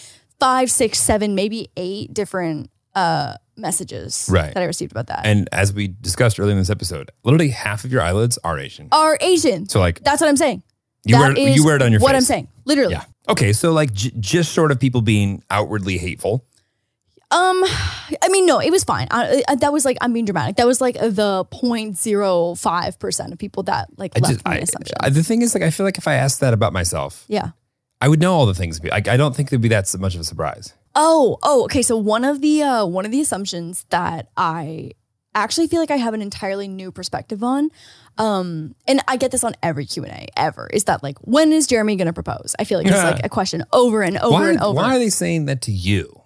five, six, seven, maybe eight different uh messages
Right.
that I received about that.
And as we discussed earlier in this episode, literally half of your eyelids are Asian.
are Asian.
So like
That's what I'm saying.
you wear,
That
it,
is
you wear it on your
what
face.
I'm saying, literally.
Yeah. Okay. So like j- just sort of people being outwardly hateful.
Um, I mean, no, it was fine. I, I, that was like I'm being dramatic. That was like the 0.05 percent of people that like
I
left
just
me an
I,
assumption.
I- the thing is like I feel like if I asked that about myself,
yeah.
I would know all the things. Like I don't think there'd be that so much of a surprise.
Oh, oh, okay. So one of the uh, one of the assumptions that I actually feel like I have an entirely new perspective on, um, and I get this on every Q and A ever, is that like when is Jeremy going to propose? I feel like it's
Yeah.
like a question over and over
why,
and over.
why are they saying that to you?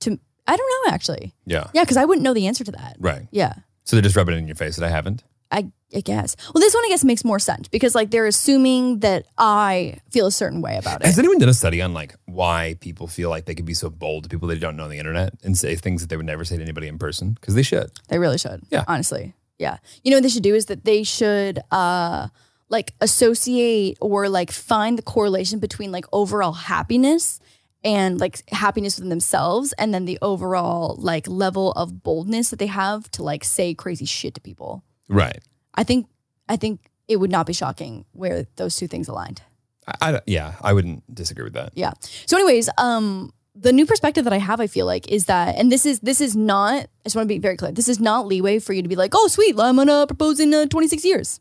to I don't know actually.
Yeah.
Yeah, because I wouldn't know the answer to that.
Right.
Yeah.
So they're just rubbing it in your face that I haven't.
I, I guess. Well, this one I guess makes more sense because like they're assuming that I feel a certain way about it.
Has anyone done a study on like why people feel like they could be so bold to people they don't know on the internet and say things that they would never say to anybody in person? Because they should.
They really should.
Yeah.
Honestly. Yeah. You know what they should do is that they should uh like associate or like find the correlation between like overall happiness and like happiness within themselves and then the overall like level of boldness that they have to like say crazy shit to people.
Right.
I think I think it would not be shocking where those two things aligned.
I, I don't- yeah, I wouldn't disagree with that.
Yeah. So, anyways, um, the new perspective that I have, I feel like, is that, and this is this is not. I just want to be very clear. This is not leeway for you to be like, oh, sweet, I'm gonna propose in uh, 26 years.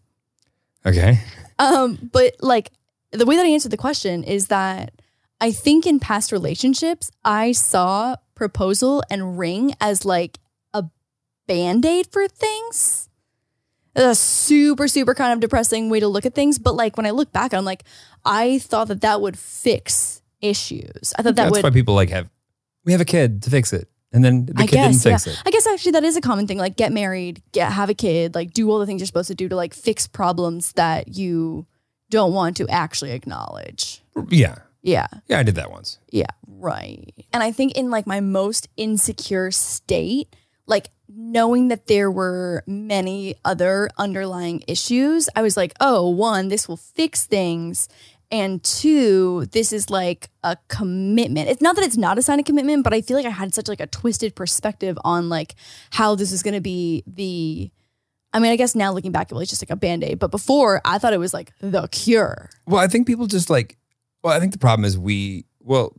Okay.
Um, but like the way that I answered the question is that I think in past relationships, I saw proposal and ring as like a band aid for things. A super, super kind of depressing way to look at things. But like when I look back, I'm like, I thought that that would fix issues. I thought that
That's
would
why people like have we have a kid to fix it, and then the
I
kid
guess,
didn't fix
yeah.
it.
I guess actually that is a common thing. Like get married, get have a kid, like do all the things you're supposed to do to like fix problems that you don't want to actually acknowledge.
Yeah,
Yeah.
yeah, I did that once.
Yeah. Right. And I think in like my most insecure state, like knowing that there were many other underlying issues, I was like, oh, one, this will fix things. And two, this is like a commitment. It's not that it's not a sign of commitment, but I feel like I had such like a twisted perspective on like how this is gonna be the I mean, I guess now looking back, it was just like a band-aid. But before I thought it was like the cure.
Well, I think people just like. Well, I think the problem is we. Well,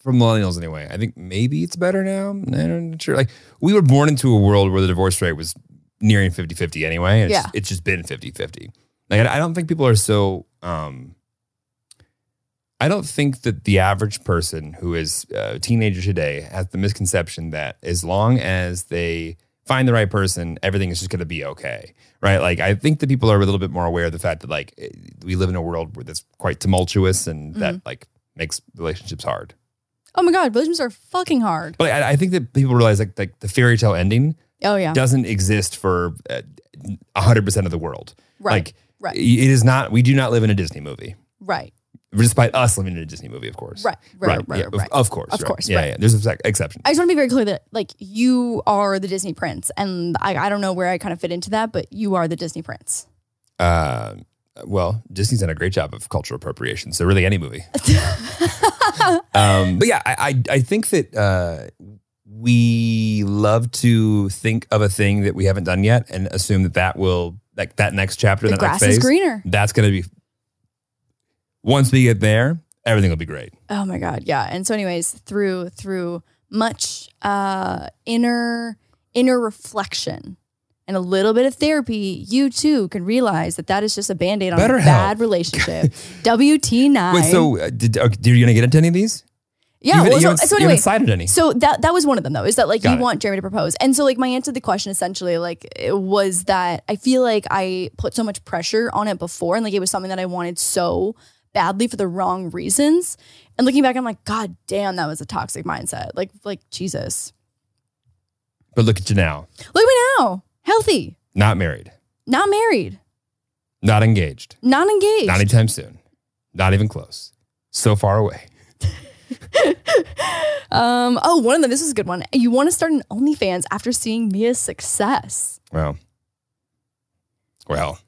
for millennials anyway, I think maybe it's better now. I'm not sure. Like we were born into a world where the divorce rate was nearing 50-50 anyway. It's,
Yeah.
it's just been 50-50. Like I I don't think people are so. um I don't think that the average person who is a teenager today has the misconception that as long as they find the right person, everything is just going to be okay, right? Like I think that people are a little bit more aware of the fact that like eh, we live in a world where that's quite tumultuous and
Mm-hmm.
that like makes relationships hard.
Oh my god, relationships are fucking hard.
But I, I think that people realize like like the fairy tale ending
Oh yeah.
doesn't exist for eh, hundred percent of the world.
Right.
Like
right.
it is not. We do not live in a Disney movie,
Right.
despite us living in a Disney movie, of course.
Right. Right. Right.
yeah,
right,
of- Of course.
Of
right.
course,
Yeah.
right.
Yeah. There's an exception.
I just want to be very clear that like you are the Disney prince, and I, I don't know where I kind of fit into that, but you are the Disney prince.
Uh, well, Disney's done a great job of cultural appropriation. So really, any movie. um, but yeah, I I, I think that uh, we love to think of a thing that we haven't done yet and assume that that will like that next chapter,
the
that
grass
next phase,
is greener.
that's going to be once we get there everything will be great
Oh my god, yeah. And so, anyways, through through much uh, inner inner reflection and a little bit of therapy, you too can realize that that is just a band aid on
BetterHelp.
a bad relationship. WT9.
Wait, so uh, did, uh, are you going to get into any of these?
yeah,
you haven't-
well,
you
so,
haven't-
so
you
anyway,
haven't cited any.
So that that was one of them though. Is that like
Got
you
it.
want Jeremy to propose? And so like my answer to the question essentially like it was that I feel like I put so much pressure on it before, and like it was something that I wanted so badly for the wrong reasons. And looking back, I'm like, God damn, that was a toxic mindset. Like like Jesus,
But look at you now.
look at me now, healthy,
Not married.
not married,
Not engaged.
not engaged.
Not anytime soon. Not even close. So far away.
Um, oh, one of them. This is a good one. You want to start an OnlyFans after seeing Mia's success.
Well, well,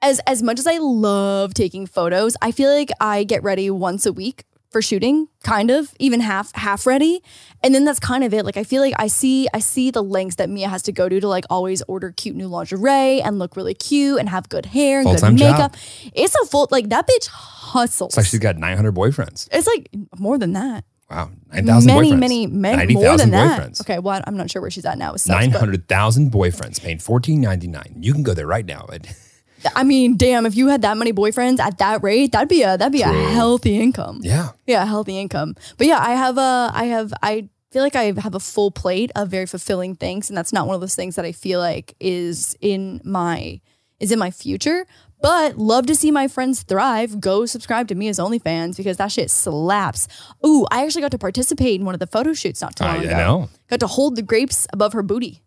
As as much as I love taking photos, I feel like I get ready once a week for shooting, kind of, even half half ready. And then that's kind of it. Like I feel like I see I see the lengths that Mia has to go to to like always order cute new lingerie and look really cute and have good hair and
Full-time
good
job.
makeup. It's a full like that bitch hustles.
it's like she's got 900 boyfriends.
It's like more than that.
Wow, 9,000
many,
boyfriends.
many, many, more
90,000
than that.
boyfriends.
Okay, well, I'm not sure where she's at now. with sex, but-
900,000 boyfriends paying 14.99. You can go there right now. It-
I mean, damn, if you had that many boyfriends at that rate, that'd be a that'd be a healthy income. Yeah.
yeah.
a healthy income. But yeah, I have a I have I feel like I have a full plate of very fulfilling things and that's not one of those things that I feel like is in my is in my future. But love to see my friends thrive. Go subscribe to me as OnlyFans because that shit slaps. Ooh, I actually got to participate in one of the photo shoots not too long
I, I
ago.
know.
Got to hold the grapes above her booty.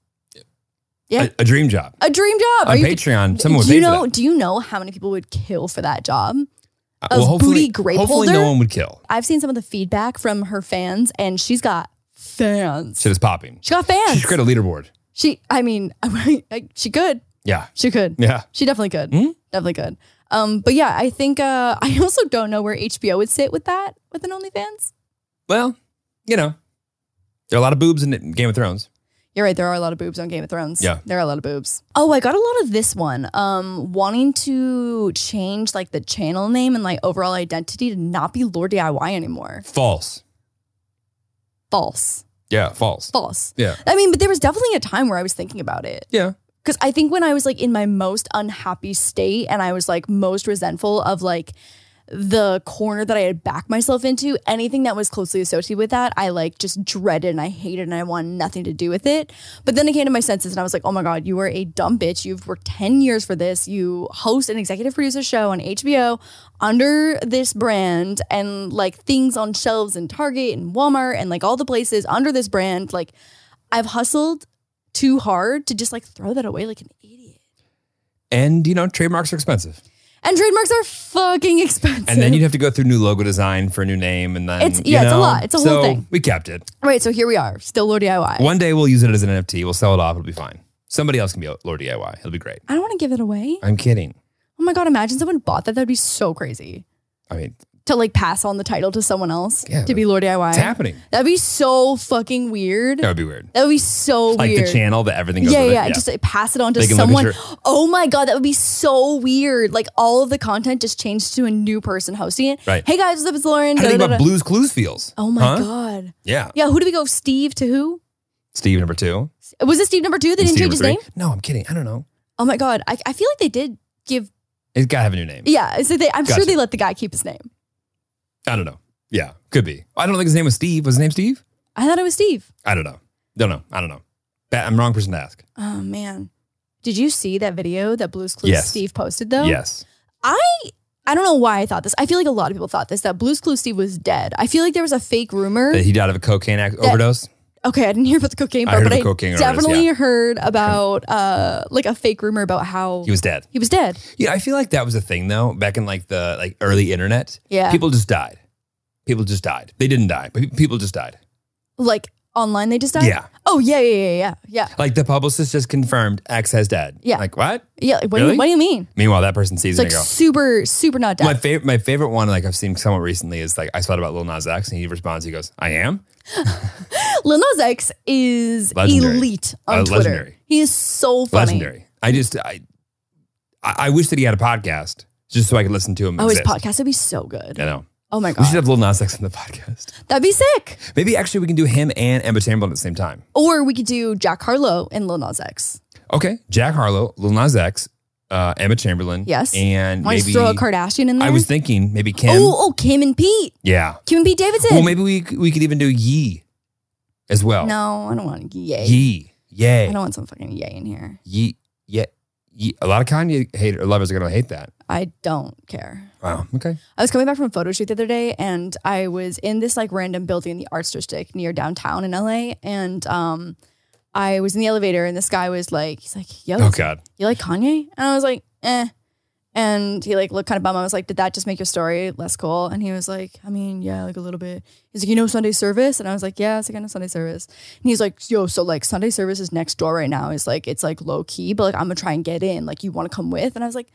Yeah.
A, a dream job.
A dream job.
On
Are you-
Patreon, someone would
do you
pay
know?
for that.
Do you know how many people would kill for that job?
Uh,
of
hopefully,
booty grape
hopefully
holder?
no one would kill.
I've seen some of the feedback from her fans, and she's got fans.
Shit is popping.
She got fans.
She should create a leaderboard.
She, I mean, like, she could.
Yeah.
She could.
Yeah.
She definitely could.
Hmm?
Definitely could. Um, but yeah, I think uh, I also don't know where HBO would sit with that with an OnlyFans.
Well, you know, there are a lot of boobs in Game of Thrones.
You're right. There are a lot of boobs on Game of Thrones.
Yeah.
There are a lot of boobs. Oh, I got a lot of this one. Um, wanting to change like the channel name and like overall identity to not be Lord DIY anymore.
False.
False.
Yeah, false.
False.
Yeah.
I mean, but there was definitely a time where I was thinking about it.
Yeah.
Cause I think when I was like in my most unhappy state and I was like most resentful of like the corner that I had backed myself into, anything that was closely associated with that, I like just dreaded and I hated and I wanted nothing to do with it. But then I came to my senses and I was like, oh my God, you are a dumb bitch. You've worked 10 years for this. You host an executive producer show on HBO under this brand and like things on shelves in Target and Walmart and like all the places under this brand. Like I've hustled too hard to just like throw that away like an idiot.
And, you know, trademarks are expensive.
And trademarks are fucking expensive.
And then you'd have to go through new logo design for a new name. And then,
It's-
you
yeah, it's a
know,
lot. It's a whole
so
thing.
We kept it.
right, so here we are, still Lord DIY.
One day we'll use it as an NFT. We'll sell it off. It'll be fine. Somebody else can be Lord DIY. It'll be great.
I don't want to give it away.
I'm kidding.
Oh my god, imagine someone bought that. That'd be so crazy
I mean,
to like pass on the title to someone else
Yeah,
to be Lord DIY.
it's happening.
That'd be so fucking weird.
That would be weird.
That would be so
Like
weird.
the channel that everything goes
Yeah,
with it.
yeah, Just like, pass it on to
They can look at
someone.
your-
Oh my god, that would be so weird. Like all of the content just changed to a new person hosting it.
Right.
Hey guys, what's up? It's Lauren.
How do you think
Da, da,
about
da.
Blues Clues feels?
Oh my
Huh?
god.
Yeah.
Yeah, who do we go? Steve to who?
Steve number two.
Was it Steve number two? They
and
didn't
Steve
change his
number
name.
three. No, I'm kidding. I don't know.
Oh my god, I, I feel like they did give.
It's got to have a new name.
Yeah, so they. I'm sure
Gotcha.
they let the guy keep his name.
I don't know. Yeah, could be. I don't think his name was Steve. Was his name Steve?
I thought it was Steve.
I don't know. Don't know. I don't know. That, I'm the wrong person to ask.
Oh man, did you see that video that Blue's Clues
Yes.
Steve posted though?
Yes.
I I don't know why I thought this. I feel like a lot of people thought this that Blue's Clues Steve was dead. I feel like there was a fake rumor.
That he died of a cocaine ac- overdose.
okay, I didn't hear about the cocaine
I
part,
heard
but
of
I
the cocaine overdose,
definitely
yeah.
heard about uh like a fake rumor about how
He was dead.
he was dead.
Yeah, I feel like that was a thing though back in like the like early internet.
Yeah.
People just died. People just died. They didn't die, but pe- people just died.
Like online, they just died.
Yeah.
Oh yeah, yeah, yeah, yeah, yeah.
Like the publicist just confirmed X has dead.
Yeah.
Like what?
Yeah, like, what, do
Really?
you, what do you mean?
Meanwhile, that person sees
It's
it
like
and they go.
super, super not
My
dead.
favorite, my favorite one, like I've seen somewhat recently, is like I saw it about Lil Nas X, and he responds. He goes, "I am."
Lil Nas X is
Legendary.
elite on
Uh,
Twitter.
legendary.
He is so funny.
Legendary. I just, I, I I wish that he had a podcast just so I could listen to him.
Oh, his
exist.
podcast would be so good.
I know.
Oh my
We
god,
should have Lil Nas X on the podcast.
that'd be sick.
Maybe actually we can do him and Emma Chamberlain at the same time.
Or we could do Jack Harlow and Lil Nas X.
Okay, Jack Harlow, Lil Nas X, uh, Emma Chamberlain.
Yes.
and
Want
maybe
to throw a Kardashian in there?
I was thinking maybe Kim.
oh, oh, Kim and Pete,
Yeah.
Kim and Pete Davidson.
Well, maybe we we could even do Yee as well.
No, I don't want yay.
Yee,
I
yay,
don't want some fucking yay in here.
Yee, yeah. Yee. A lot of Kanye hater lovers are gonna hate that.
I don't care.
Wow. Okay.
I was coming back from a photo shoot the other day and I was in this like random building in the arts district near downtown in LA. And um I was in the elevator and this guy was like, he's like, yo,
Oh God.
you like Kanye? And I was like, eh. And he like looked kind of bummed. I was like, did that just make your story less cool? And he was like, I mean, yeah, like a little bit. He's like, you know Sunday Service? And I was like, yeah, it's like I know Sunday Service. And he's like, yo, so like Sunday Service is next door right now. It's like, it's like low key, but like I'm gonna try and get in. Like you wanna come with? And I was like,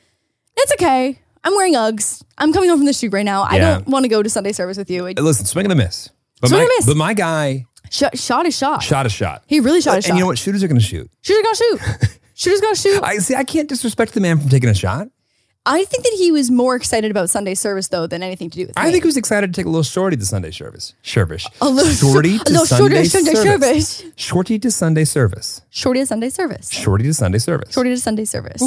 it's okay. I'm wearing Uggs. I'm coming home from the shoot right now. I
Yeah.
don't want to go to Sunday service with you. It-
Listen, swing and a miss. But
Swing
my,
and a miss.
But my guy
Sh- shot is shot.
shot a shot.
He really shot a
and
shot.
you know what? Shooters are gonna shoot.
Shooter's gonna shoot. Shooter's gonna shoot.
I see. I can't disrespect the man from taking a shot.
I think that he was more excited about Sunday service though than anything to do with.
I
me.
think he was excited to take a little shorty to Sunday service. Service.
A little
shorty
shor- a
to
little
Sunday,
shorter Sunday
service.
service.
Shorty to Sunday service.
shorty to Sunday service.
Shorty to Sunday service.
Shorty to Sunday service.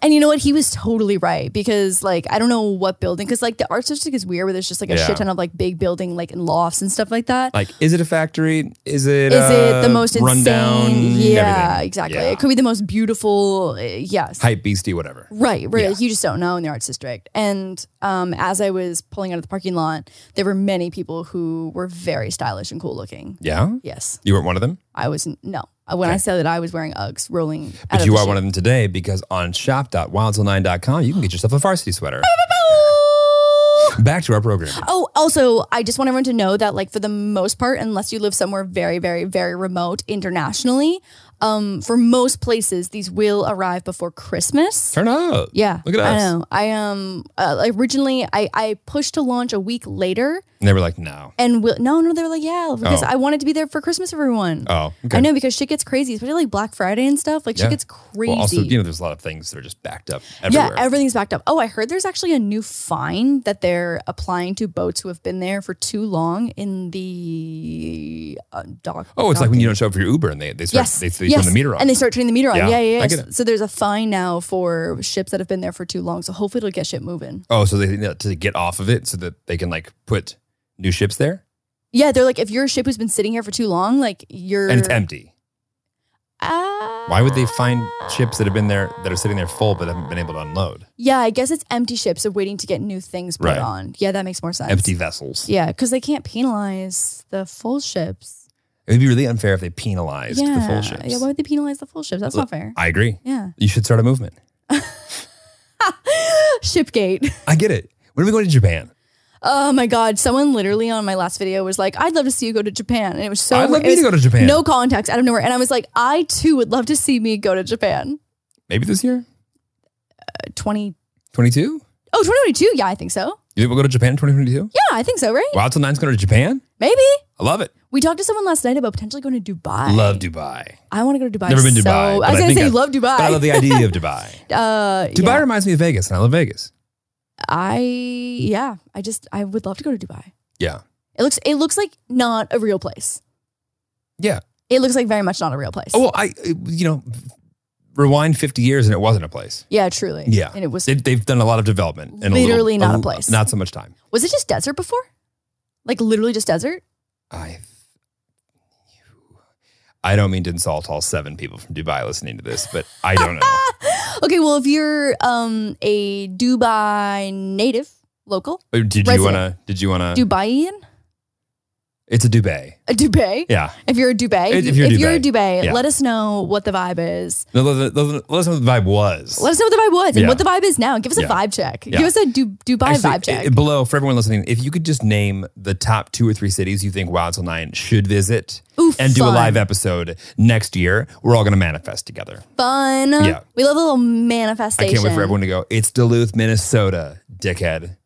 And you know what? He was totally right because like I don't know what building because like the arts district is weird where there's just like a
Yeah.
shit ton of like big building like and lofts and stuff like that.
Like, is it a factory? Is it?
Is
uh,
it the most insane?
rundown?
yeah,
everything?
exactly.
Yeah.
It could be the most beautiful. uh, yes.
Hype beastie, whatever.
Right, right.
Yeah.
Like, you just don't know in the arts district. And um, as I was pulling out of the parking lot, there were many people who were very stylish and cool looking.
Yeah.
Yes,
You weren't one of them,
I was no. When I said that I was wearing Uggs, rolling. out
but
of
you
the
are
shoe.
one of them today because on shop.wildtill9.com you can get yourself a varsity sweater. Back to our program.
Oh, also, I just want everyone to know that, like, for the most part, unless you live somewhere very, very, very remote internationally, um, for most places, these will arrive before Christmas.
Turn up.
Yeah,
Look at
I
us.
know. I um uh, originally I I pushed to launch a week later,
And they were like, no.
and will no, no, they were like, yeah, because
Oh.
I wanted to be there for Christmas, everyone.
Oh, okay.
I know because shit gets crazy, especially like Black Friday and stuff. Like
Yeah.
shit gets crazy.
Well, also, you know, there's a lot of things that are just backed up everywhere.
Yeah, everything's backed up. Oh, I heard there's actually a new fine that they're applying to boats who have been there for too long in the uh, dock.
oh, it's like when you don't show up for your Uber and they, they start
Yes,
they, they
yes.
turn the meter on.
and they start turning the meter on.
Yeah,
Yeah, yeah, yeah.
I get it.
So there's a fine now for ships that have been there for too long. So hopefully it'll get shit moving.
oh, so they you know, to get off of it so that they can like put new ships there
Yeah, they're like, if you're a ship who's been sitting here for too long, like you're.
and it's empty.
Ah.
Why would they find ships that have been there that are sitting there full but haven't been able to unload?
Yeah, I guess it's empty ships of waiting to get new things put
Right.
on. Yeah, that makes more sense.
Empty vessels.
Yeah, because they can't penalize the full ships.
It would be really unfair if they penalized
yeah.
the full ships.
Yeah, why would they penalize the full ships? That's not fair.
I agree.
Yeah.
You should start a movement.
Shipgate.
I get it. When are we going to Japan?
Oh my God. Someone literally on my last video was like, I'd love to see you go to Japan. And it was so
I'd love
it
you
was
to go to Japan.
No context out of nowhere. And I was like, I too would love to see me go to Japan.
Maybe this year?
Uh, 20.
22?
Oh, 2022. Yeah, I think so.
You think we'll go to Japan in 2022?
Yeah, I think so, right?
Wild Till Nine's going to Japan?
Maybe.
I love it.
We talked to someone last night about potentially going to Dubai.
love Dubai.
I want to go to Dubai.
Never been to
so-
Dubai. but
I was going
think
to say, love Dubai.
But I love the idea of Dubai.
uh,
Dubai
yeah.
reminds me of Vegas, and I love Vegas.
I, yeah, I just, I would love to go to Dubai.
Yeah.
It looks, it looks like not a real place.
Yeah.
It looks like very much not a real place.
Oh, well, I, you know, rewind 50 years and it wasn't a place.
Yeah, truly.
Yeah.
And it was
They, they've done a lot of development. and
Literally
a little,
not a place.
Not so much time.
was it just desert before? Like literally just desert?
I, I don't mean to insult all seven people from Dubai listening to this, but I don't know.
Okay, well if you're um a Dubai native local,
Uh, Did you
Resident.
wanna? Did you wanna?
Dubaian,
it's a Dubai.
a Dubai.
Yeah.
If you're a Dubai,
If- if you're
a
Dubai.
Dubai,
Yeah.
let us know what the vibe is.
No, let, let, let- let us know what the vibe was.
Let us know what the vibe was
Yeah.
and what the vibe is now. Give us
Yeah.
a vibe check.
Yeah.
Give us a du- Dubai
Actually,
vibe check.
i- below for everyone listening, if you could just name the top two or three cities you think Wild Till Nine should visit,
Ooh,
and do a
fun.
live e- episode next year, we're all gonna manifest together.
Fun.
Yeah.
We love a little manifestation.
I can't wait for everyone to go. It's Duluth, Minnesota, dickhead.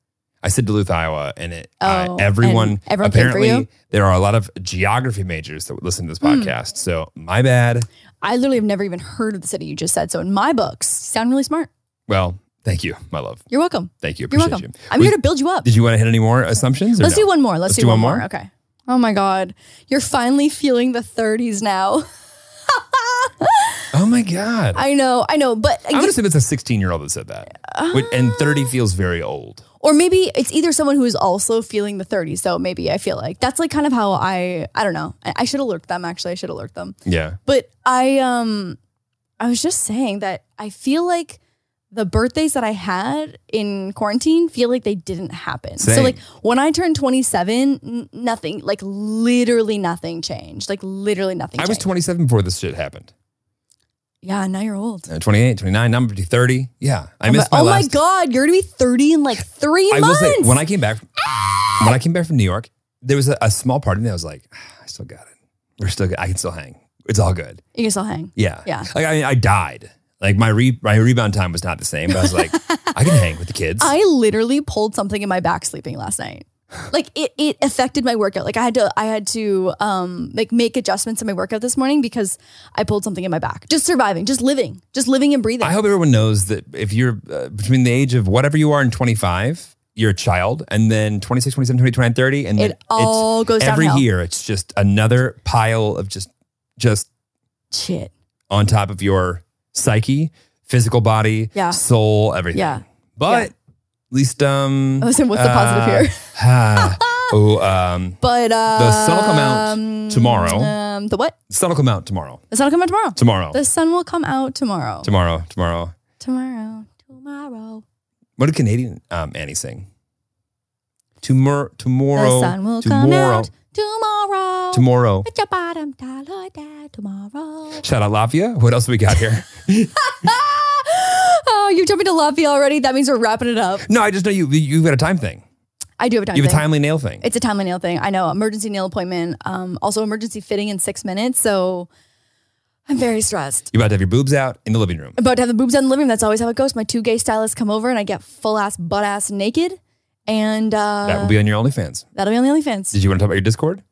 I said Duluth, Iowa, and it uh,
Oh,
everyone,
and everyone came for
apparently
you? Hmm.
there are a lot of geography majors that would listen to this podcast. So my bad.
I literally have never even heard of the city you just said. So in my books, you sound really smart.
Well, Thank you, my love.
You're welcome.
Thank you.
You're
Appreciate
welcome.
you.
I'm
We-
here to build you up.
Did you want to hit any more assumptions? or
Let's
no?
do one more. Let's,
Let's do one more?
Okay. Oh my God. You're finally feeling the 30s now.
Oh my god. I,
I know, I know, but
am gonna say it's a 16 year old that said that, Wait, and
Oh.
30 feels very old.
or maybe it's either someone who is also feeling the 30s. So maybe I feel like that's like kind of how I, I don't know. I, I should alert them actually. I should alert them.
Yeah.
But I, um, I was just saying that I feel like the birthdays that I had in quarantine feel like they didn't happen. So
Same.
like when I turned 27, n- nothing, like literally nothing changed. Like literally nothing.
I was
changed.
27 before this shit happened.
Yeah, now you're old.
Uh, 28, 29, now I'm 30. Yeah. I missed my
oh
last
my god, you're gonna be 30 in like three
I will
months.
say when I came back when I came back from New York, there was a, a small part of me that was like, "Ah, I still got it. We're still good. I can still hang. It's all good.
you can still hang.
Yeah.
Yeah.
Like I mean, I died. Like my re- my rebound time was not the same, but I was like, I can hang with the kids.
I literally pulled something in my back sleeping last night. Like it, it affected my workout. Like I had to, I had to, um, like make adjustments in my workout this morning because I pulled something in my back. Just surviving, just living, just living and breathing.
I hope everyone knows that if you're uh, between the age of whatever you are and 25, you're a child, and then 26, 27, 28, 29, 30, and then
It all goes
every
downhill.
year. It's just another pile of just just
Shit.
on top of your psyche, physical body,
Yeah.
soul, everything.
Yeah.
But at least um
Listen, what's the positive here?
ah, oh, um
But uh,
the sun will come out tomorrow.
Um, the what?
the sun will come out tomorrow.
The sun will come out tomorrow.
Tomorrow.
The sun will come out tomorrow.
tomorrow. Tomorrow.
Tomorrow. Tomorrow.
What did Canadian um, Annie sing? Tomorrow, tomorrow,
the sun will come
tomorrow,
out tomorrow.
tomorrow.
Put your bottom dollar down tomorrow.
Shout out Latvia. What else we got here?
oh, you're jumping to Laffy already. That means we're wrapping it up.
no, I just know you. You've got a time thing.
I do have a time.
You have a
thing.
timely nail thing.
It's a timely nail thing. I know. Emergency nail appointment. Um, also emergency fitting in six minutes. So I'm very stressed.
You're about to have your boobs out in the living room.
About to have the boobs out in the living room. That's always how it goes. My two gay stylists come over and I get full ass butt ass naked. And uh,
that will be on your OnlyFans.
that'll be on the OnlyFans.
Did you want to talk about your Discord?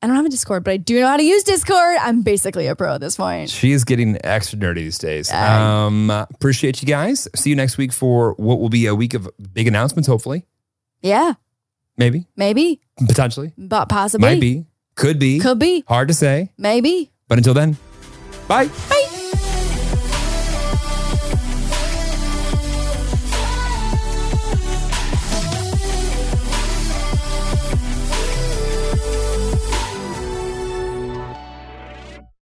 I don't have a Discord, but I do know how to use Discord. I'm basically a pro at this point.
She is getting extra nerdy these days.
Yeah.
Um, appreciate you guys. See you next week for what will be a week of big announcements. Hopefully,
Yeah,
maybe,
maybe,
potentially,
but possibly.
might be, could be,
Could be.
hard to say.
Maybe.
But until then, bye.